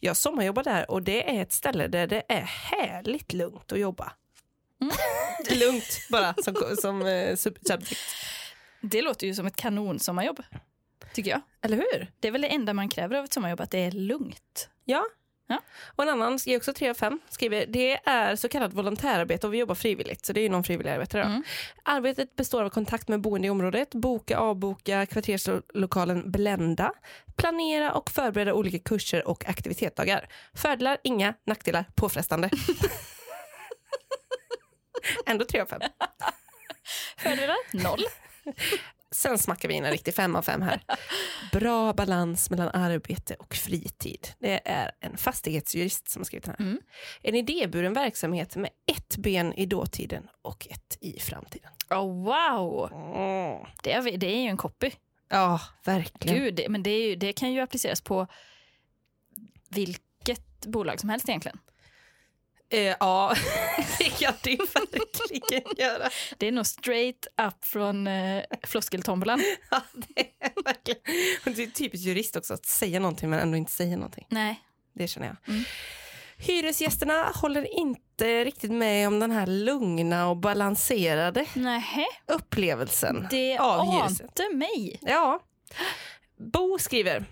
Speaker 2: Jag sommarjobbar där och det är ett ställe där det är härligt lugnt att jobba. Mm. <laughs> lugnt bara som, som eh, sub- subject.
Speaker 1: Det låter ju som ett kanon sommarjobb. Tycker jag.
Speaker 2: Eller hur?
Speaker 1: Det är väl det enda man kräver av ett sommarjobb, att det är lugnt.
Speaker 2: Ja.
Speaker 1: Ja.
Speaker 2: Och en annan ger också 3 av 5. Skriver, det är så kallat volontärarbete och vi jobbar frivilligt. Så det är ju någon frivillig arbetare då.
Speaker 1: Mm.
Speaker 2: Arbetet består av kontakt med boende i området, boka, avboka kvarterslokalen Blenda, planera och förbereda olika kurser och aktivitetsdagar. Fördelar, inga, nackdelar, påfrestande. Ändå 3 av 5.
Speaker 1: Fördelar? <laughs> Noll.
Speaker 2: Sen smackar vi in en riktig fem av fem <laughs> här. Bra balans mellan arbete och fritid. Det är en fastighetsjurist som har skrivit den här.
Speaker 1: Mm.
Speaker 2: En idéburen verksamhet med ett ben i dåtiden och ett i framtiden.
Speaker 1: Oh, wow! Det är, vi- det är ju en copy.
Speaker 2: Mm. Ja, verkligen.
Speaker 1: Gud, det, men det, är ju, det kan ju appliceras på vilket bolag som helst egentligen.
Speaker 2: Eh, ja, <laughs> det kan det ju verkligen göra.
Speaker 1: Det är nog straight up från eh, floskeltombolan.
Speaker 2: Ja, det, är verkligen. Och det är typiskt jurist också, att säga någonting men ändå inte säga någonting.
Speaker 1: Nej.
Speaker 2: Det känner jag.
Speaker 1: Mm.
Speaker 2: Hyresgästerna håller inte riktigt med om den här lugna och balanserade
Speaker 1: Nähä,
Speaker 2: upplevelsen.
Speaker 1: det
Speaker 2: Av hyresrätt.
Speaker 1: ante mig.
Speaker 2: Ja. Bo skriver.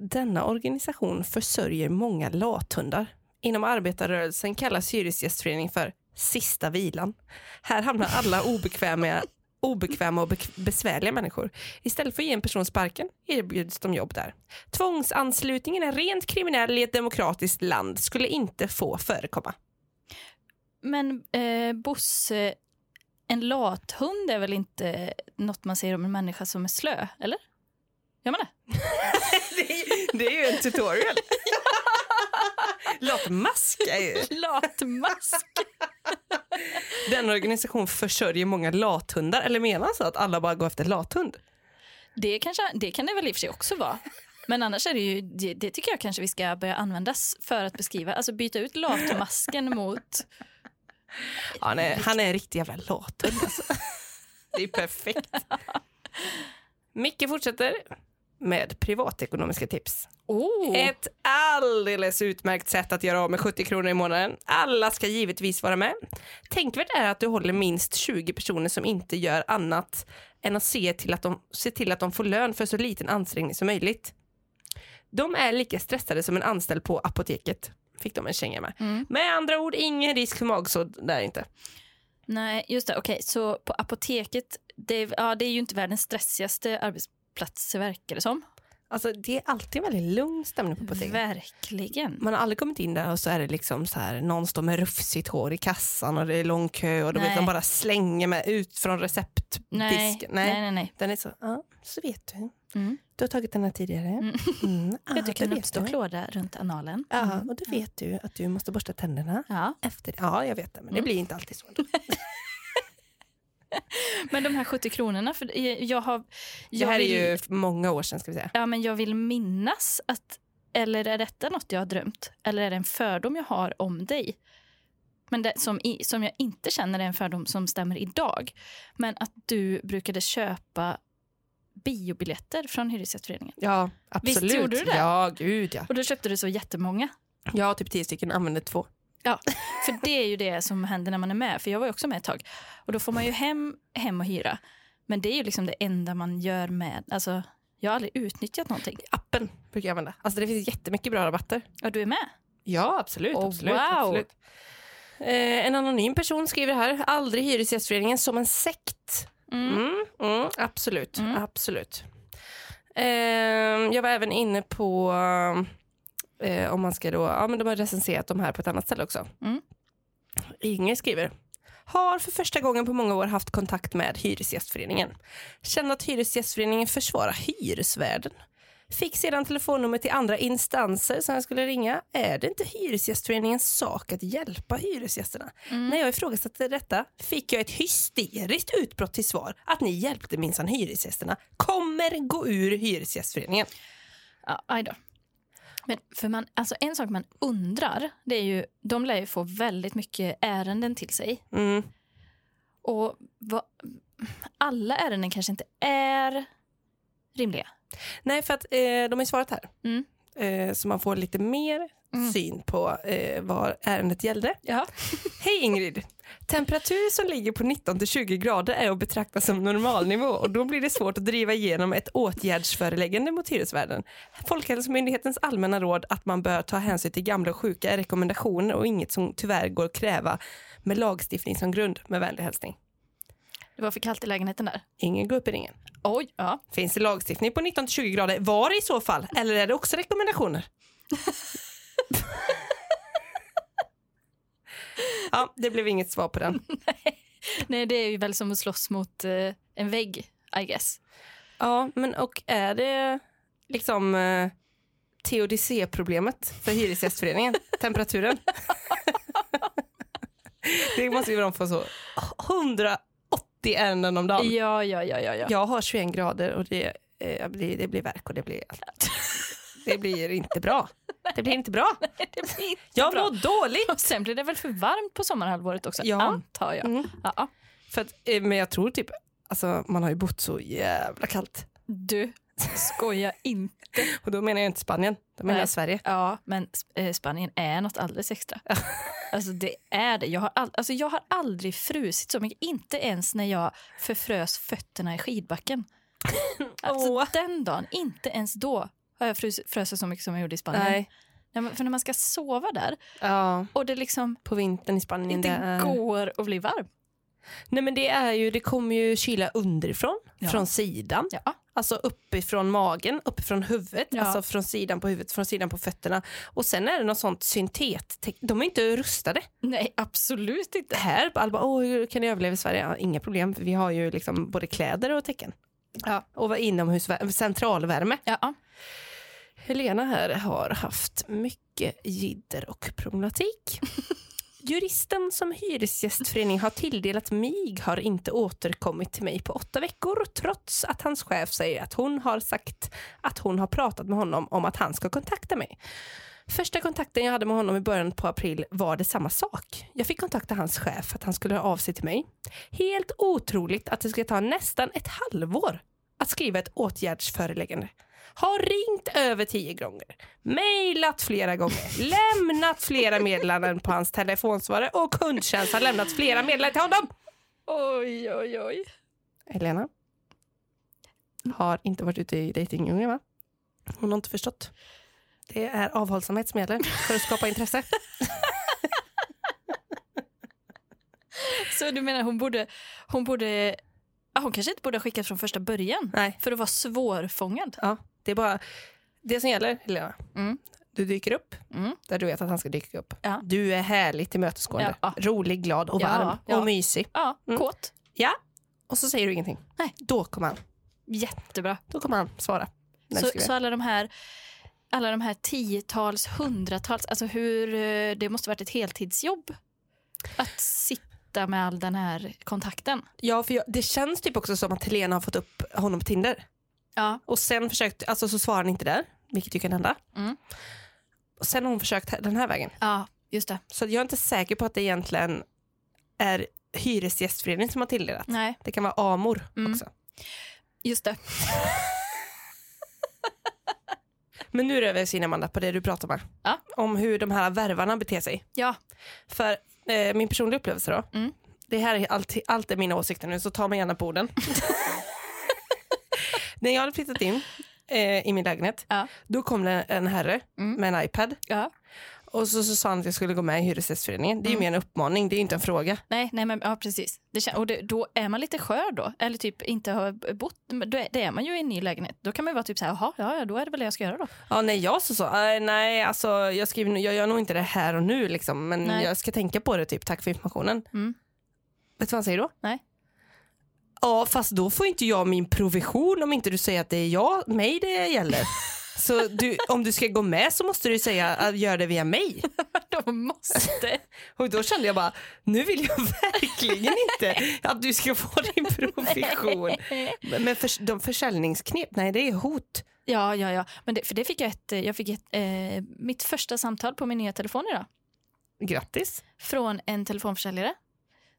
Speaker 2: Denna organisation försörjer många lathundar. Inom arbetarrörelsen kallas Hyresgästföreningen för sista vilan. Här hamnar alla obekväma obekväma och bek- besvärliga människor. Istället för att ge en person sparken erbjuds de jobb där. Tvångsanslutningen är rent kriminell i ett demokratiskt land, skulle inte få förekomma.
Speaker 1: Men eh, Bosse, en lathund är väl inte något man säger om en människa som är slö, eller? Gör man det?
Speaker 4: Det är, det är ju en
Speaker 2: <laughs>
Speaker 4: tutorial.
Speaker 2: Latmask är
Speaker 1: <laughs>
Speaker 2: ju...
Speaker 1: Latmask!
Speaker 2: Den organisation försörjer många lathundar. Eller menar han så att alla bara går efter lathund?
Speaker 1: Det, kanske, det kan det väl i och för sig också vara. Men annars är det ju, det, det tycker jag kanske vi ska börja användas för att beskriva, alltså byta ut <laughs> latmasken mot
Speaker 2: Han är, han är en riktig jävla lathund alltså. <laughs> Det är perfekt. Micke fortsätter med privatekonomiska tips.
Speaker 1: oh.
Speaker 2: Ett alldeles utmärkt sätt att göra av med 70 kronor i månaden. Alla ska givetvis vara med. Tänkvärt är att du håller minst 20 personer som inte gör annat än att se till att de, se till att de får lön för så liten ansträngning som möjligt. De är lika stressade som en anställd på apoteket. Fick de en känga med.
Speaker 1: Mm.
Speaker 2: Med andra ord, ingen risk för magsådd där inte.
Speaker 1: Nej, just det. Okej, så på apoteket, det är, ja, det är ju inte världens stressigaste arbetsplats verkar det som.
Speaker 2: Alltså det är alltid en väldigt lugn stämning på apoteket.
Speaker 1: Verkligen.
Speaker 2: Man har aldrig kommit in där och så är det liksom så här, någon står med rufsigt hår i kassan och det är lång kö och de, vet,
Speaker 1: Nej.
Speaker 2: de bara slänger mig ut från receptdisken.
Speaker 1: Nej, nej, nej. nej,
Speaker 2: Den är så, ja, så vet du.
Speaker 1: Mm.
Speaker 2: Du har tagit den här tidigare. Mm.
Speaker 1: <laughs>
Speaker 2: Ja,
Speaker 1: Vet du, kan
Speaker 2: det
Speaker 1: det
Speaker 2: vet
Speaker 1: uppstå
Speaker 2: du.
Speaker 1: klåda runt analen?
Speaker 2: Ja, och då vet du att du måste borsta tänderna.
Speaker 1: Ja.
Speaker 2: Efter, ja, jag vet det, men
Speaker 1: Mm.
Speaker 2: det blir
Speaker 1: <laughs>
Speaker 2: inte alltid så.
Speaker 1: Men de här 70 kronorna, för jag har...
Speaker 2: Det
Speaker 1: Jag
Speaker 2: här är
Speaker 1: vill,
Speaker 2: ju många år sedan ska vi säga.
Speaker 1: Ja, men jag vill minnas att... Eller är detta något jag har drömt? Eller är det en fördom jag har om dig? Men det, som, i, som jag inte känner är en fördom som stämmer idag. Men att du brukade köpa biobiljetter från Hyresgästföreningen.
Speaker 2: Ja, absolut.
Speaker 1: gjorde du det?
Speaker 2: Ja, gud ja.
Speaker 1: Och då köpte du så jättemånga.
Speaker 2: Jag har typ tio stycken, använder två.
Speaker 1: Ja, för det är ju det som händer när man är med. För jag var ju också med ett tag. Och då får man ju hem, hem och hyra. Men det är ju liksom det enda man gör med. Alltså, jag har aldrig utnyttjat någonting.
Speaker 2: Appen brukar jag använda. Alltså det finns jättemycket bra rabatter.
Speaker 1: Ja, du är med?
Speaker 2: Ja, absolut.
Speaker 1: Oh,
Speaker 2: absolut,
Speaker 1: wow.
Speaker 2: absolut. Eh, en anonym person skriver här, aldrig Hyresgästföreningen som en sekt.
Speaker 1: Mm.
Speaker 2: Mm, mm, absolut, absolut. Ehm, jag var även inne på eh, om man ska då, ja men de har recenserat de här på ett annat ställe också.
Speaker 1: Mm.
Speaker 2: Inger skriver, har för första gången på många år haft kontakt med Hyresgästföreningen. Kände att Hyresgästföreningen försvarar hyresvärden. Fick sedan telefonnummer till andra instanser som jag skulle ringa. Är det inte Hyresgästföreningens sak att hjälpa hyresgästerna? När jag ifrågasatte detta fick jag ett hysteriskt utbrott till svar att ni hjälpte minsann hyresgästerna. Kommer gå ur Hyresgästföreningen.
Speaker 1: Ja, aj då. Men för man, alltså en sak man undrar, det är ju, de lär ju få väldigt mycket ärenden till sig.
Speaker 2: Mm.
Speaker 1: Och vad, alla ärenden kanske inte är rimliga.
Speaker 2: Nej, för att eh, de har ju svarat här.
Speaker 1: Mm.
Speaker 2: Eh, så man får lite mer syn på eh, vad ärendet gällde.
Speaker 1: Ja.
Speaker 2: <laughs> Hej Ingrid! Temperatur som ligger på 19-20 grader är att betrakta som normalnivå och då blir det svårt att driva igenom ett åtgärdsföreläggande mot hyresvärden. Folkhälsomyndighetens allmänna råd att man bör ta hänsyn till gamla och sjuka är rekommendationer och inget som tyvärr går att kräva med lagstiftning som grund. Med vänlig hälsning.
Speaker 1: Det var för kallt i lägenheten där.
Speaker 2: Ingen går upp i ringen.
Speaker 1: Oj, ja.
Speaker 2: Finns det lagstiftning på 19-20 grader? Var det i så fall? Eller är det också <laughs> rekommendationer? ja, det blev inget svar på den.
Speaker 1: Nej, det är ju väl som att slåss mot eh, en vägg, I guess.
Speaker 2: Ja, men och är det liksom eh, TODC-problemet för Hyresgästföreningen? <laughs> Temperaturen? det måste ju de få så 180 ärenden om dagen.
Speaker 1: Ja, ja, ja, ja. ja.
Speaker 2: Jag har 21 grader och det, eh, jag blir, det blir värk och det blir allt. Det blir inte bra. Det blir inte bra.
Speaker 1: Det blir inte
Speaker 2: Jag
Speaker 1: bra.
Speaker 2: mår dåligt.
Speaker 1: Och sen blir det väl för varmt på sommarhalvåret också,
Speaker 2: Ja.
Speaker 1: antar jag.
Speaker 2: Mm.
Speaker 1: Ja, ja.
Speaker 2: För att, eh, men jag tror typ, alltså man har ju bott så jävla kallt.
Speaker 1: Du, skoja inte.
Speaker 2: Och då menar jag inte Spanien, då menar
Speaker 1: Nej.
Speaker 2: jag Sverige.
Speaker 1: Ja, men Sp- eh, Spanien är något alldeles extra. Alltså det är det. Jag har, all, alltså jag har aldrig frusit så mycket. Inte ens när jag förfrös fötterna i skidbacken. Alltså
Speaker 2: Åh.
Speaker 1: den dagen, inte ens då har jag frus, frösat så mycket som jag gjorde i Spanien. När man, för när man ska sova där
Speaker 2: Ja,
Speaker 1: och det liksom
Speaker 2: på vintern i Spanien.
Speaker 1: inte
Speaker 2: Mm, det är-
Speaker 1: går att bli varm.
Speaker 2: Nej men det är ju, det kommer ju kyla underifrån,
Speaker 1: Ja.
Speaker 2: från sidan.
Speaker 1: Ja.
Speaker 2: Alltså uppifrån magen, uppifrån huvudet,
Speaker 1: Ja.
Speaker 2: alltså från sidan på huvudet, från sidan på fötterna. Och sen är det något sånt syntet, de är inte rustade.
Speaker 1: Nej, absolut inte.
Speaker 2: Här, alla bara, Åh, hur kan ni överleva i Sverige? Ja, inga problem, för vi har ju liksom både kläder och täcken.
Speaker 1: Ja.
Speaker 2: Och var inomhus, centralvärme.
Speaker 1: Ja.
Speaker 2: Helena här har haft mycket jidder och problematik. Juristen som Hyresgästföreningen har tilldelat mig har inte återkommit till mig på åtta veckor trots att hans chef säger att hon har sagt att hon har pratat med honom om att han ska kontakta mig. Första kontakten jag hade med honom i början på april var det samma sak. Jag fick kontakta hans chef för att han skulle höra av sig till mig. Helt otroligt att det skulle ta nästan ett halvår att skriva ett åtgärdsföreläggande. Har ringt över tio gånger, mejlat flera gånger, lämnat flera meddelanden på hans telefonsvarare och kundtjänst har lämnat flera meddelanden till honom.
Speaker 1: Oj, oj, oj.
Speaker 2: Helena har inte varit ute i dejtingdjungeln va? Hon har inte förstått. Det är avhållsamhet som gäller för att skapa intresse.
Speaker 1: Så du menar hon borde... Hon borde... Ah, hon kanske inte borde ha skickat från första början
Speaker 2: <laughs> Nej.
Speaker 1: för att vara svårfångad.
Speaker 2: Ja, det är bara det som gäller Helena.
Speaker 1: Mm.
Speaker 2: Du dyker upp
Speaker 1: Mm.
Speaker 2: där du vet att han ska dyka upp.
Speaker 1: Ja.
Speaker 2: Du är härligt tillmötesgående,
Speaker 1: Ja.
Speaker 2: rolig, glad och
Speaker 1: Ja,
Speaker 2: varm
Speaker 1: ja.
Speaker 2: och mysig.
Speaker 1: Ja,
Speaker 2: Mm.
Speaker 1: kåt.
Speaker 2: Och så säger du ingenting.
Speaker 1: Nej.
Speaker 2: Då kommer han.
Speaker 1: Jättebra.
Speaker 2: Då kommer han svara. När du
Speaker 1: Så,
Speaker 2: skriver.
Speaker 1: så alla de här alla de här tiotals, hundratals, alltså hur, eh, det måste varit ett heltidsjobb att sitta med all den här kontakten.
Speaker 2: Ja, för jag, det känns typ också som att Helena har fått upp honom på Tinder.
Speaker 1: Ja.
Speaker 2: Och sen försökt, alltså så svarar han inte där, vilket ju kan hända.
Speaker 1: Mm.
Speaker 2: Och sen har hon försökt här- den här vägen.
Speaker 1: Ja, just det.
Speaker 2: Så jag är inte säker på att det egentligen är Hyresgästföreningen som har tilldelat.
Speaker 1: Nej,
Speaker 2: Det kan vara Amor
Speaker 1: Mm.
Speaker 2: också.
Speaker 1: just det.
Speaker 2: Men nu rör vi oss in Amanda på det du pratar med.
Speaker 1: Ja.
Speaker 2: Om hur de här värvarna beter sig.
Speaker 1: Ja.
Speaker 2: För eh, min personliga upplevelse då.
Speaker 1: Mm.
Speaker 2: Det här är allt, allt är mina åsikter nu, så ta mig gärna på orden.
Speaker 1: <laughs>
Speaker 2: När jag hade flyttat in eh, i min lägenhet,
Speaker 1: Ja.
Speaker 2: då kom det en herre
Speaker 1: Mm.
Speaker 2: med en iPad.
Speaker 1: Ja.
Speaker 2: Och så, så sa han att jag skulle gå med i Hyresgästföreningen. Det är ju
Speaker 1: Mm.
Speaker 2: mer en uppmaning, det är ju inte en fråga.
Speaker 1: Nej, nej men ja, precis. Det kän- och det, då är man lite skör då, eller typ inte har bott, men då är- det är man ju i en ny lägenhet. Då kan man ju vara typ så här, jaha, ja, ja, då är det väl det jag ska göra då.
Speaker 2: Ja, nej, jag så så. "Eh, nej, alltså, jag, skriver, nu- jag gör nog inte det här och nu, liksom, men
Speaker 1: Nej.
Speaker 2: jag ska tänka på det. Typ. Tack för informationen.
Speaker 1: Mm.
Speaker 2: Vet du vad han säger då?
Speaker 1: Nej.
Speaker 2: Ja, fast då får inte jag min provision om inte du säger att det är jag, mig det
Speaker 1: <laughs>
Speaker 2: gäller. Så du, om du ska gå med så måste du säga att gör det via mig.
Speaker 1: De måste.
Speaker 2: Och då kände jag bara, nu vill jag <laughs> verkligen inte att du ska få
Speaker 1: <laughs>
Speaker 2: din provision. Men men förs- de försäljningsknep, nej det är hot.
Speaker 1: <laughs> Ja, ja, ja. Men det, för det fick jag ett, jag fick ett, eh, mitt första samtal på min nya telefon idag.
Speaker 2: Grattis.
Speaker 1: från en telefonförsäljare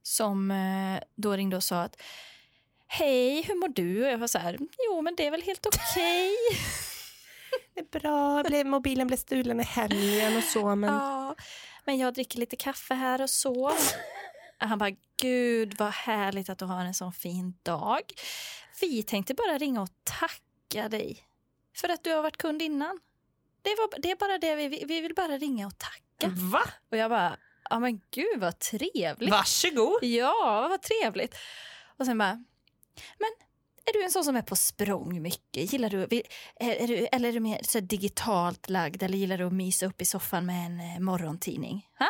Speaker 1: som eh, då ringde och sa att Hej, hur mår du? Och jag var så här, jo men det är väl helt okej.
Speaker 2: Det är bra, blev, mobilen blev stulen i helgen och så. Men...
Speaker 1: ja, men jag dricker lite kaffe här och så. <laughs> Han bara, gud vad härligt att du har en sån fin dag. Vi tänkte bara ringa och tacka dig för att du har varit kund innan. Det, var, det är bara det vi, vi vill bara ringa och tacka.
Speaker 2: Va?
Speaker 1: Och jag bara, ja men gud vad trevligt.
Speaker 2: Varsågod.
Speaker 1: Ja, vad trevligt. Och sen bara, men är du en sån som är på språng mycket? Gillar du, vi- är, är du, eller är du mer så här digitalt lagd eller gillar du att mysa upp i soffan med en eh, morgontidning? Ha?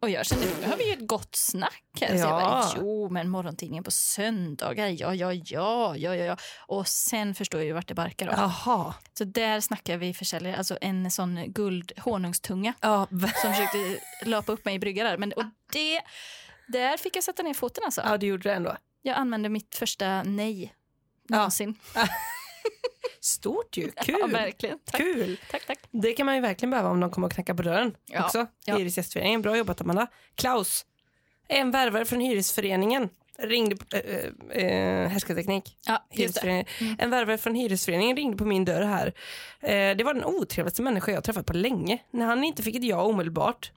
Speaker 1: Och jag kände, nu har vi ju ett gott snack här. Så jag bara,
Speaker 2: Ja.
Speaker 1: jo, men morgontidningen på söndagar, ja, ja, ja, ja, ja, ja. Och sen förstår jag ju vart det barkar. då.
Speaker 2: Jaha.
Speaker 1: Så där snackar vi försäljare, alltså en sån guld honungstunga
Speaker 2: Ja,
Speaker 1: som försökte lapa upp mig i brygga där. Men, och det, där fick jag sätta ner foten alltså.
Speaker 2: ja, du gjorde det ändå.
Speaker 1: Jag använde mitt första nej någonsin.
Speaker 2: Stort ju, kul.
Speaker 1: Ja, verkligen. Tack.
Speaker 2: Kul.
Speaker 1: tack, tack.
Speaker 2: Det kan man ju verkligen behöva om de kommer och knackar på dörren
Speaker 1: Ja,
Speaker 2: också.
Speaker 1: ja.
Speaker 2: Hyresgästföreningen, bra jobbat Amanda. Klaus, en värvare från Hyresföreningen ringde, på- eh, eh, härskarteknik.
Speaker 1: Ja, just det.
Speaker 2: Hyresföreningen. En värvare från Hyresföreningen ringde på min dörr här. Eh, det var den otrevligaste människa jag träffat på länge. När han inte fick ett ja omedelbart.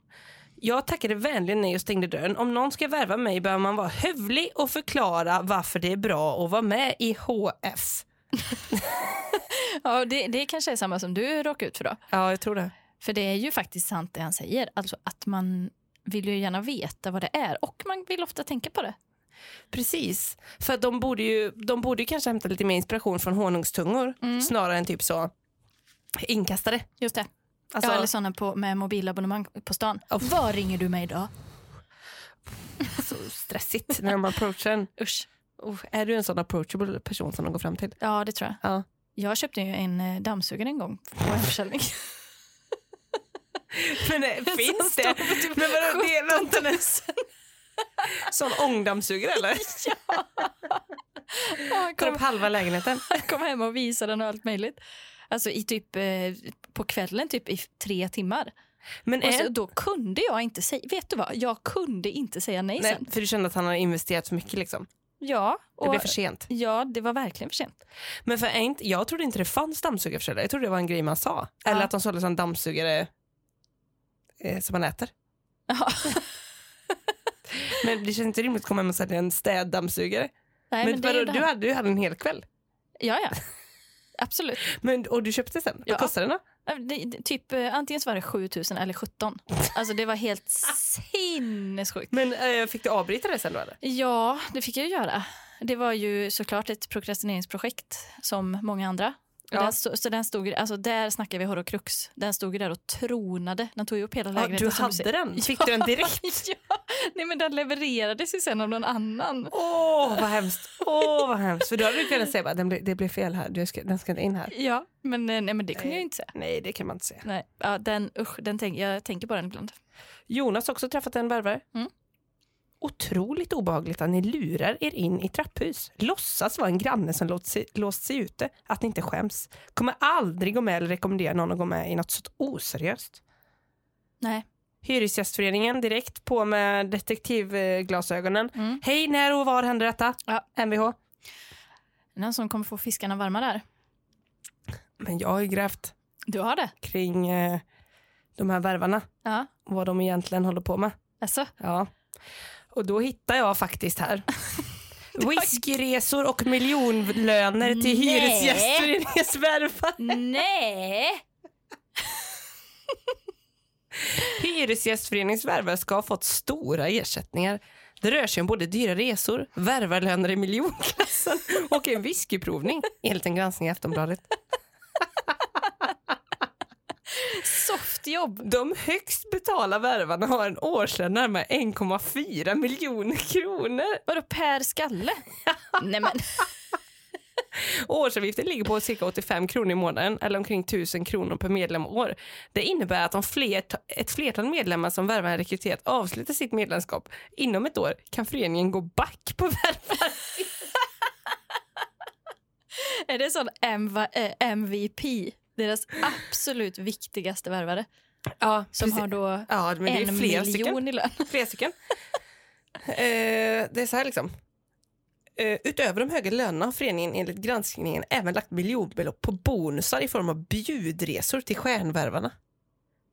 Speaker 2: Jag tackade vänligen nej och stängde dörren. Om någon ska värva mig behöver man vara hövlig och förklara varför det är bra att vara med i HF.
Speaker 1: Ja, och det, det kanske är samma som du råkade ut för då.
Speaker 2: Ja, jag tror det.
Speaker 1: För det är ju faktiskt sant det han säger. Alltså att man vill ju gärna veta vad det är och man vill ofta tänka på det.
Speaker 2: Precis. För att de borde ju de borde ju kanske hämta lite mer inspiration från honungstungor snarare än typ så inkastare.
Speaker 1: Just det.
Speaker 2: Alltså,
Speaker 1: ja, eller sådana på, med mobilabonnemang på stan. Var ringer du mig idag?
Speaker 2: så alltså, stressigt när de approachar <laughs> en.
Speaker 1: Usch.
Speaker 2: Oh, är du en sån approachable person som de går fram till?
Speaker 1: Ja, det tror jag.
Speaker 2: Ja.
Speaker 1: Jag köpte ju en eh, dammsugare en gång på en försäljning. <laughs>
Speaker 2: Men eh, finns det?
Speaker 1: typ-
Speaker 2: Men vadå, det är vänta nu. <laughs> Sån ångdammsugare
Speaker 1: <laughs>
Speaker 2: eller?
Speaker 1: Jag
Speaker 2: Tar
Speaker 1: kom,
Speaker 2: upp halva lägenheten.
Speaker 1: kom hem och visade den och allt möjligt. Alltså i typ, eh, på kvällen typ i tre timmar.
Speaker 2: Men eh,
Speaker 1: Och så,
Speaker 2: är,
Speaker 1: då kunde jag inte säga, vet du vad, jag kunde inte säga nej,
Speaker 2: nej,
Speaker 1: sen.
Speaker 2: för du kände att han hade investerat för mycket liksom.
Speaker 1: Ja,
Speaker 2: Det
Speaker 1: och,
Speaker 2: blev för sent.
Speaker 1: ja, det var verkligen för sent.
Speaker 2: Men för Ain't, jag trodde inte det fanns dammsugarförsäljare. Jag trodde det var en grej man sa. Eller
Speaker 1: Ja.
Speaker 2: att de sålde sån dammsugare eh, som man äter.
Speaker 1: Ja.
Speaker 2: <laughs> Men det känns inte rimligt att komma hem och sälja en städdammsugare.
Speaker 1: Nej,
Speaker 2: Men,
Speaker 1: men, det är ju
Speaker 2: vadå,
Speaker 1: det
Speaker 2: du,
Speaker 1: här.
Speaker 2: hade, du hade en hel kväll.
Speaker 1: Ja, ja. Absolut.
Speaker 2: Men, och du köpte sen.
Speaker 1: Ja.
Speaker 2: Vad kostade den då?
Speaker 1: Ja, Det, det, typ, eh, antingen så var det 7000 eller 17. Alltså det var helt sinnessjukt.
Speaker 2: Men eh, fick du avbryta det sen då eller?
Speaker 1: Ja, det fick jag ju göra. Det var ju såklart ett prokrastineringsprojekt som många andra.
Speaker 2: Ja.
Speaker 1: Den stod, så den stod, alltså där snackar vi horrocrux. Den stod ju där och tronade. Den tog ju upp hela
Speaker 2: Ja,
Speaker 1: lägenheten.
Speaker 2: du
Speaker 1: som
Speaker 2: hade
Speaker 1: ser. <laughs>
Speaker 2: den. Fick du den direkt?
Speaker 1: ja, nej men den levererades ju sen av någon annan.
Speaker 2: <laughs> Åh, vad hemskt. Åh, vad hemskt. För då hade du kunnat säga att det blev fel här. Du ska, den ska inte in här.
Speaker 1: Ja, men, eh, nej, men det kunde
Speaker 2: Nej.
Speaker 1: jag ju inte säga.
Speaker 2: Nej, det kan man inte säga.
Speaker 1: Nej, ja, den, usch, den tänk, jag tänker på den ibland.
Speaker 2: Jonas har också träffat en värvare.
Speaker 1: Mm.
Speaker 2: Otroligt obehagligt att ni lurar er in i trapphus. Låtsas vara en granne som låt sig, låst sig ute. Att ni inte skäms. Kommer aldrig gå med eller rekommendera någon att gå med i något sånt oseriöst.
Speaker 1: Nej.
Speaker 2: Hyresgästföreningen direkt på med detektivglasögonen.
Speaker 1: Mm.
Speaker 2: Hej, när och var hände detta?
Speaker 1: Ja.
Speaker 2: Mvh.
Speaker 1: Någon som kommer få fiskarna varma där.
Speaker 2: Men jag har ju grävt
Speaker 1: Du har det?
Speaker 2: kring eh, de här värvarna
Speaker 1: Ja.
Speaker 2: och vad de egentligen håller på med.
Speaker 1: Alltså, <laughs>
Speaker 2: Ja. Och då hittar jag faktiskt här. Whiskyresor och miljonlöner till
Speaker 1: Nej.
Speaker 2: Hyresgästföreningens värvare.
Speaker 1: nej!
Speaker 2: Hyresgästföreningens värvare ska ha fått stora ersättningar. Det rör sig om både dyra resor, värvarlöner i miljonklassen och en whiskyprovning, enligt en granskning i Aftonbladet.
Speaker 1: Softjobb!
Speaker 2: De högst betalda värvarna har en årslön närmare 1,4 miljoner kronor.
Speaker 1: Vadå per
Speaker 2: <laughs>
Speaker 1: skalle? nej men,
Speaker 2: Årsavgiften ligger på cirka 85 kronor i månaden eller omkring 1000 kronor per medlem och år. Det innebär att om flert, ett flertal medlemmar som värvar har rekryterat avslutar sitt medlemskap inom ett år kan föreningen gå back på värvar.
Speaker 1: är det sån MV, eh, MVP? Deras absolut viktigaste värvare.
Speaker 2: Ja,
Speaker 1: Som har då
Speaker 2: ja men det är
Speaker 1: en
Speaker 2: flera
Speaker 1: miljon
Speaker 2: stycken.
Speaker 1: i lön.
Speaker 2: Flera stycken. eh, det är så här liksom. Eh, utöver de höga lönerna har föreningen enligt granskningen även lagt miljonbelopp på bonusar i form av bjudresor till stjärnvärvarna.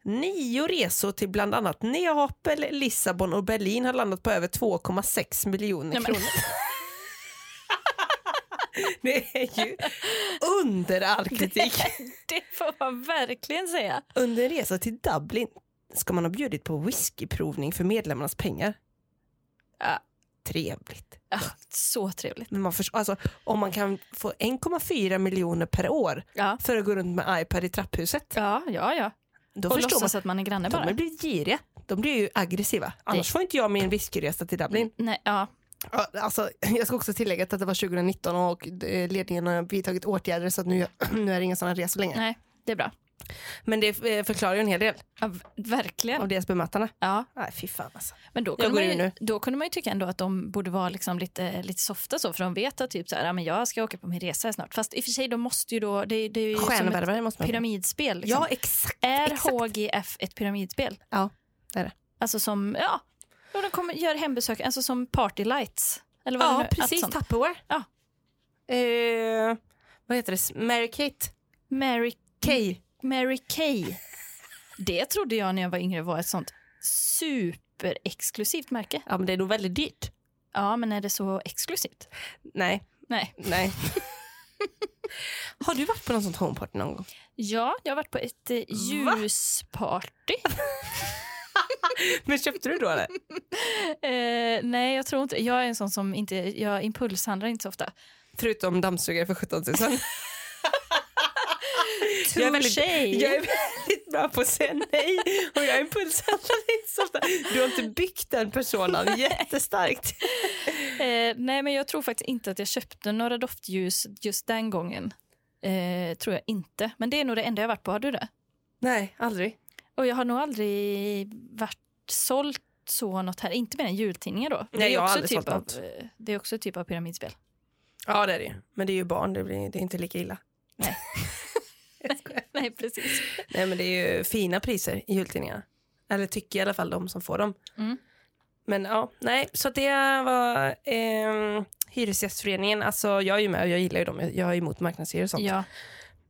Speaker 2: Nio resor till bland annat Neapel, Lissabon och Berlin har landat på över 2,6 miljoner
Speaker 1: <laughs> Nej, men-
Speaker 2: kronor. Det är ju under all kritik.
Speaker 1: Det får man verkligen säga.
Speaker 2: Under en resa till Dublin ska man ha bjudit på whiskyprovning för medlemmarnas pengar. Ja, trevligt.
Speaker 1: Ah, så trevligt.
Speaker 2: Men man förstår, alltså, om man kan få 1,4 miljoner per år
Speaker 1: Ja,
Speaker 2: för att gå runt med iPad i trapphuset,
Speaker 1: ja, ja. ja.
Speaker 2: då
Speaker 1: Och
Speaker 2: förstår man.
Speaker 1: låtsas att man är granne
Speaker 2: De har
Speaker 1: bara.
Speaker 2: blivit giriga. De blir ju aggressiva. Annars får inte jag min whiskyresa till Dublin.
Speaker 1: Nej, ja.
Speaker 2: Ja, Alltså, <clears throat> jag ska också tillägga att det var 2019 och eh, ledningen har vidtagit åtgärder så att nu, <clears throat> nu är det inga sådana resor längre.
Speaker 1: Nej, det är bra.
Speaker 2: Men det eh, förklarar ju en hel del
Speaker 1: Ja, v- verkligen.
Speaker 2: av deras bemötande.
Speaker 1: Ja,
Speaker 2: Nej, fy fan alltså.
Speaker 1: men då
Speaker 2: Jag
Speaker 1: kunde, man
Speaker 2: går ur
Speaker 1: ju,
Speaker 2: nu.
Speaker 1: då kunde man ju tycka ändå att de borde vara liksom lite, lite softa så, för de vet att typ så här, ja, men jag ska åka på min resa här snart. Fast i och för sig, de måste ju då, det, det är ju som ett
Speaker 2: Stjärnvärvare måste man bli.
Speaker 1: pyramidspel. Liksom.
Speaker 2: Ja, exakt.
Speaker 1: är
Speaker 2: exakt.
Speaker 1: HGF ett pyramidspel?
Speaker 2: Ja, det är det.
Speaker 1: Alltså som, ja, då de kommer, gör hembesök, alltså som party lights. Eller vad det nu
Speaker 2: Ja,
Speaker 1: allt
Speaker 2: precis.
Speaker 1: sånt.
Speaker 2: Tupperware.
Speaker 1: Ja.
Speaker 2: Eh, vad heter det? Mary Kate?
Speaker 1: Mary, Mm.
Speaker 2: Kay.
Speaker 1: Mary Kay. Det trodde jag när jag var yngre var ett sånt superexklusivt märke.
Speaker 2: Ja, men det är nog väldigt dyrt.
Speaker 1: Ja, men är det så exklusivt?
Speaker 2: Nej,
Speaker 1: Nej.
Speaker 2: nej. <laughs> Har du varit på någon sånt homeparty någon gång?
Speaker 1: Ja, jag har varit på ett eh,
Speaker 2: Va?
Speaker 1: ljusparty.
Speaker 2: Men köpte du då eller?
Speaker 1: <laughs> Eh, nej, jag tror inte. Jag är en sån som inte, jag impulshandlar inte så ofta.
Speaker 2: Förutom dammsugare för 17 000. <laughs> Jag är väldigt-
Speaker 1: Touché.
Speaker 2: Jag är väldigt bra på att säga nej och jag impulshandlar inte så ofta. Du har inte byggt den <laughs> personen jättestarkt.
Speaker 1: Eh, nej, men jag tror faktiskt inte att jag köpte några doftljus just den gången. Eh, tror jag inte. Men det är nog det enda jag varit på. Har du det?
Speaker 2: Nej, aldrig.
Speaker 1: Och jag har nog aldrig varit sålt så något här. Inte mer än jultidningar då. det, är
Speaker 2: jag har
Speaker 1: också
Speaker 2: aldrig
Speaker 1: typ
Speaker 2: sålt
Speaker 1: av,
Speaker 2: något.
Speaker 1: eh, det är också ett typ av pyramidspel.
Speaker 2: Ja, det är det ju. Men det är ju barn, det, blir, det är inte lika illa.
Speaker 1: <laughs> nej, precis.
Speaker 2: Nej, men det är ju fina priser i jultidningarna. Eller tycker i alla fall de som får dem.
Speaker 1: Mm.
Speaker 2: Men ja, nej, så att det var eh, Hyresgästföreningen. Alltså, jag är ju med och jag gillar ju dem. Jag- Jag är emot marknadshyror och sånt.
Speaker 1: Ja.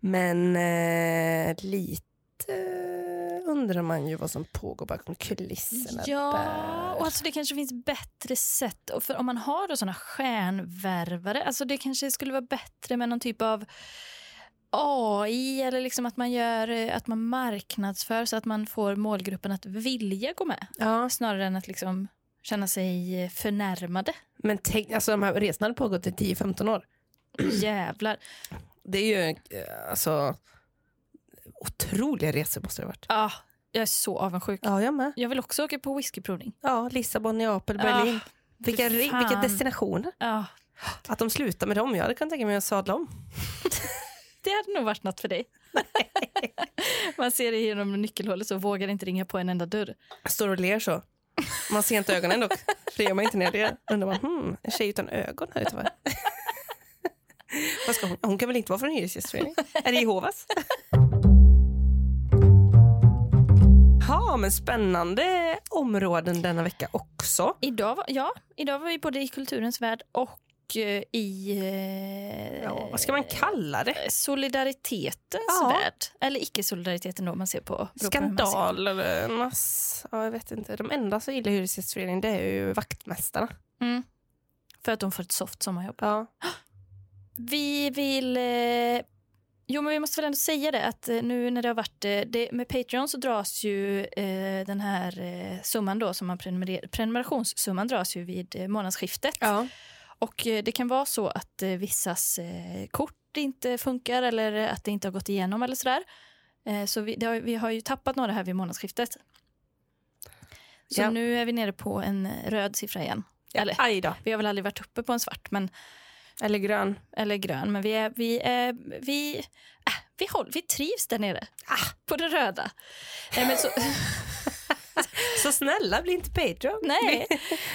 Speaker 2: Men eh, lite undrar man ju vad som pågår bakom kulisserna.
Speaker 1: Ja,
Speaker 2: där.
Speaker 1: och alltså det kanske finns bättre sätt. Och För om man har då såna stjärnvärvare, alltså det kanske skulle vara bättre med någon typ av AI eller liksom att man gör eh, att man marknadsför så att man får målgruppen att vilja gå med
Speaker 2: ja.
Speaker 1: snarare än att liksom känna sig förnärmade. <clears throat>
Speaker 2: Men tänk, alltså, de här resorna har pågått i 10-15 år.
Speaker 1: Jävlar.
Speaker 2: Det är ju eh, alltså otroliga resor måste det ha varit.
Speaker 1: Ja, jag är så avundsjuk.
Speaker 2: Ja, jag med.
Speaker 1: Jag vill också åka på whiskyprovning.
Speaker 2: Ja, Lissabon, Neapel,
Speaker 1: Ah,
Speaker 2: Berlin. vilka,
Speaker 1: fy
Speaker 2: re-
Speaker 1: fan.
Speaker 2: vilka destinationer.
Speaker 1: Ja,
Speaker 2: Att de slutar med dem, jag hade kunnat tänka mig att sadla om.
Speaker 1: det hade nog varit något för dig. <laughs> man ser det genom nyckelhålet så vågar inte ringa på en enda dörr.
Speaker 2: Jag står och ler så. Man ser inte
Speaker 1: <laughs>
Speaker 2: ögonen dock. Det gör man inte när jag ler. Undrar man, hmm, en tjej utan ögon här ute va? Vad ska hon? hon kan väl inte vara från en hyresgästförening? Är det Jehovas? Ja, men spännande områden denna vecka också.
Speaker 1: Idag var, ja, idag var vi både i kulturens värld och eh, i eh,
Speaker 2: Ja, vad ska man kalla det?
Speaker 1: solidaritetens
Speaker 2: Ja.
Speaker 1: värld. Eller icke-solidariteten då, om man ser på... beror på hur man ser.
Speaker 2: Skandalernas... Ja, jag vet inte. De enda som gillar hyresgästföreningen det är ju vaktmästarna.
Speaker 1: Mm. För att de får ett soft sommarjobb.
Speaker 2: Ja.
Speaker 1: Vi vill... Eh, jo, men vi måste väl ändå säga det att eh, nu när det har varit... Eh, det, med Patreon så dras ju eh, den här eh, summan då, som man prenumererar, prenumerationssumman dras ju vid eh, månadsskiftet.
Speaker 2: ja.
Speaker 1: Och eh, det kan vara så att eh, vissas eh, kort inte funkar eller att det inte har gått igenom eller sådär. Eh, Så vi, det har, vi har ju tappat några här vid månadsskiftet. Så
Speaker 2: Ja.
Speaker 1: nu är vi nere på en eh, röd siffra igen. Eller
Speaker 2: Aj då.
Speaker 1: vi har väl aldrig varit uppe på en svart men,
Speaker 2: Eller grön.
Speaker 1: eller grön, men vi, är, vi, är, vi, äh, vi, håll, vi trivs där nere. på den röda. Nej, men så,
Speaker 2: Så snälla, bli inte Patreon. <laughs>
Speaker 1: Nej,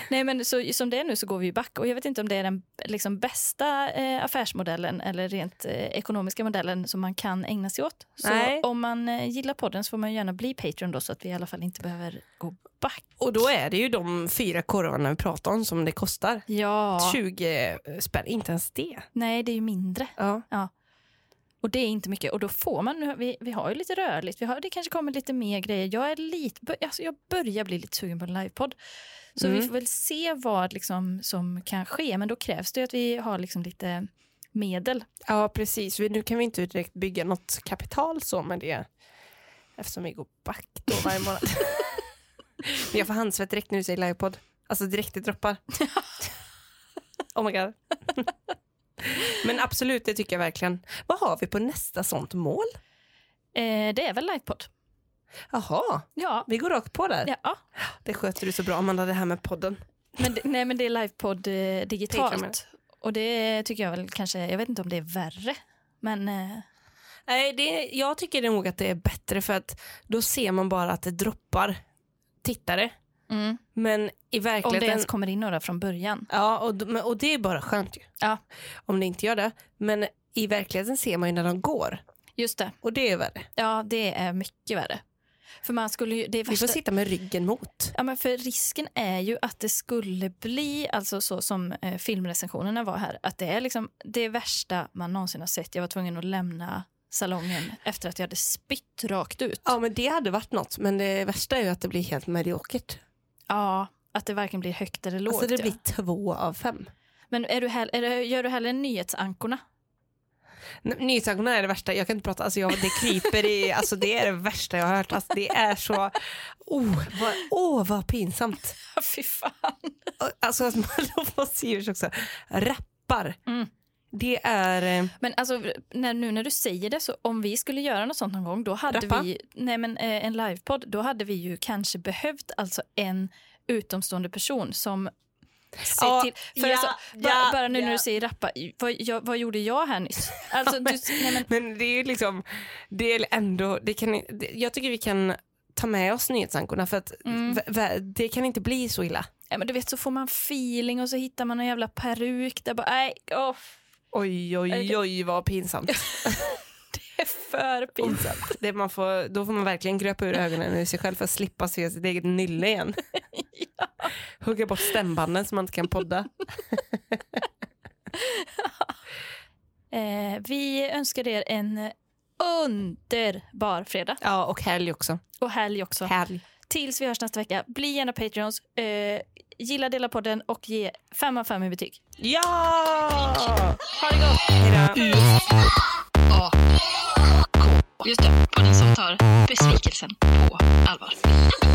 Speaker 1: Nej men så, som det är nu så går vi ju back. Och jag vet inte om det är den liksom, bästa eh, affärsmodellen eller rent eh, ekonomiska modellen som man kan ägna sig åt. Så
Speaker 2: Nej.
Speaker 1: om man eh, gillar podden så får man ju gärna bli Patreon då så att vi i alla fall inte behöver gå back.
Speaker 2: Och då är det ju de fyra korvarna vi pratar om som det kostar.
Speaker 1: Ja,
Speaker 2: 20 spänn, inte ens det.
Speaker 1: nej det är ju mindre.
Speaker 2: Ja.
Speaker 1: Och det är inte mycket. Och då får man, nu- vi, vi har ju lite rörligt, vi har, det kanske kommer lite mer grejer. Jag, är lite, bör- alltså jag börjar bli lite sugen på en livepodd. Så
Speaker 2: Mm.
Speaker 1: vi får väl se vad liksom, som kan ske. Men då krävs det ju att vi har liksom lite medel.
Speaker 2: ja, precis. Vi- Nu kan vi inte direkt bygga något kapital så med det. Eftersom vi går back då varje månad. <laughs> Men jag får handsvett direkt nu i livepodd. Alltså direkt det droppar. <laughs> oh my god. Men absolut, det tycker jag verkligen. Vad har vi på nästa sånt mål?
Speaker 1: Eh, det är väl livepodd?
Speaker 2: Jaha,
Speaker 1: Ja.
Speaker 2: vi går rakt på där.
Speaker 1: ja.
Speaker 2: Det sköter du så bra, Amanda, det här med podden.
Speaker 1: Men, det- nej, men det är livepodd eh,
Speaker 2: Patreon, menar
Speaker 1: digitalt. Och det tycker jag väl kanske, jag vet inte om det är värre. Men eh,
Speaker 2: Nej, det, jag tycker nog att det är bättre för att då ser man bara att det droppar tittare. Mm, Men i
Speaker 1: om det
Speaker 2: verkligheten...
Speaker 1: ens kommer in några från början.
Speaker 2: ja, och, d- men- och det är bara skönt ju.
Speaker 1: Ja.
Speaker 2: Om det inte gör det. Men i verkligheten ser man ju när de går.
Speaker 1: Just det.
Speaker 2: Och det är värre.
Speaker 1: Ja, det är mycket värre. För man skulle ju, det är
Speaker 2: Vi får
Speaker 1: värsta-
Speaker 2: sitta med ryggen mot.
Speaker 1: Ja, men för risken är ju att det skulle bli, alltså så som eh, filmrecensionerna var här, att det är liksom det värsta man någonsin har sett. Jag var tvungen att lämna salongen efter att jag hade spytt rakt ut.
Speaker 2: Ja, men det hade varit något. Men det värsta är ju att det blir helt mediokert.
Speaker 1: Ja, att det varken blir högt eller lågt.
Speaker 2: Alltså det
Speaker 1: ja.
Speaker 2: blir två av fem. <laughs>
Speaker 1: Men är du hell- är du, gör du hellre nyhetsankorna?
Speaker 2: N- Nyhetsögonen är det värsta, jag kan inte prata, alltså jag, det
Speaker 1: <laughs>
Speaker 2: kryper i, alltså det är det värsta jag har hört. Alltså det är så, oh vad, oh, vad pinsamt.
Speaker 1: Fy fan.
Speaker 2: Och, Alltså att Malou von Sivers också rappar.
Speaker 1: Mm.
Speaker 2: Det är, eh,
Speaker 1: Men alltså, när, nu när du säger det, så om vi skulle göra något sånt någon gång, då hade
Speaker 2: Rappa?
Speaker 1: vi nej men, eh, en livepodd, då hade vi ju kanske behövt alltså en utomstående person som ser
Speaker 2: Ja,
Speaker 1: till. För
Speaker 2: ja,
Speaker 1: alltså, bara,
Speaker 2: ja,
Speaker 1: bara nu när
Speaker 2: ja.
Speaker 1: du säger rappa, vad, jag, vad gjorde jag här
Speaker 2: <laughs>
Speaker 1: nyss? Alltså, du, nej men,
Speaker 2: men det är ju liksom, det är ändå, det kan, det, jag tycker vi kan ta med oss nyhetsankorna för att v- v- det kan inte bli så illa.
Speaker 1: nej, men du vet, så får man feeling och så hittar man en jävla peruk där bara, nej, åh,
Speaker 2: Oj, oj, oj vad pinsamt.
Speaker 1: det är för pinsamt.
Speaker 2: <laughs> Det man får, då får man verkligen gröpa ur ögonen ur sig själv för att slippa se sitt eget nylle <laughs> igen. Hugga bort stämbanden så man inte kan podda.
Speaker 1: Eh, vi önskar er en underbar fredag
Speaker 2: Ja, och helg också.
Speaker 1: och helg också.
Speaker 2: Helg.
Speaker 1: Tills vi hörs nästa vecka, bli gärna Patreons. Eh, gilla, dela podden och ge 5 av 5 i betyg.
Speaker 2: Ja! Ha det gott! Hejdå.
Speaker 6: A, K. Just det, podden som tar besvikelsen på allvar.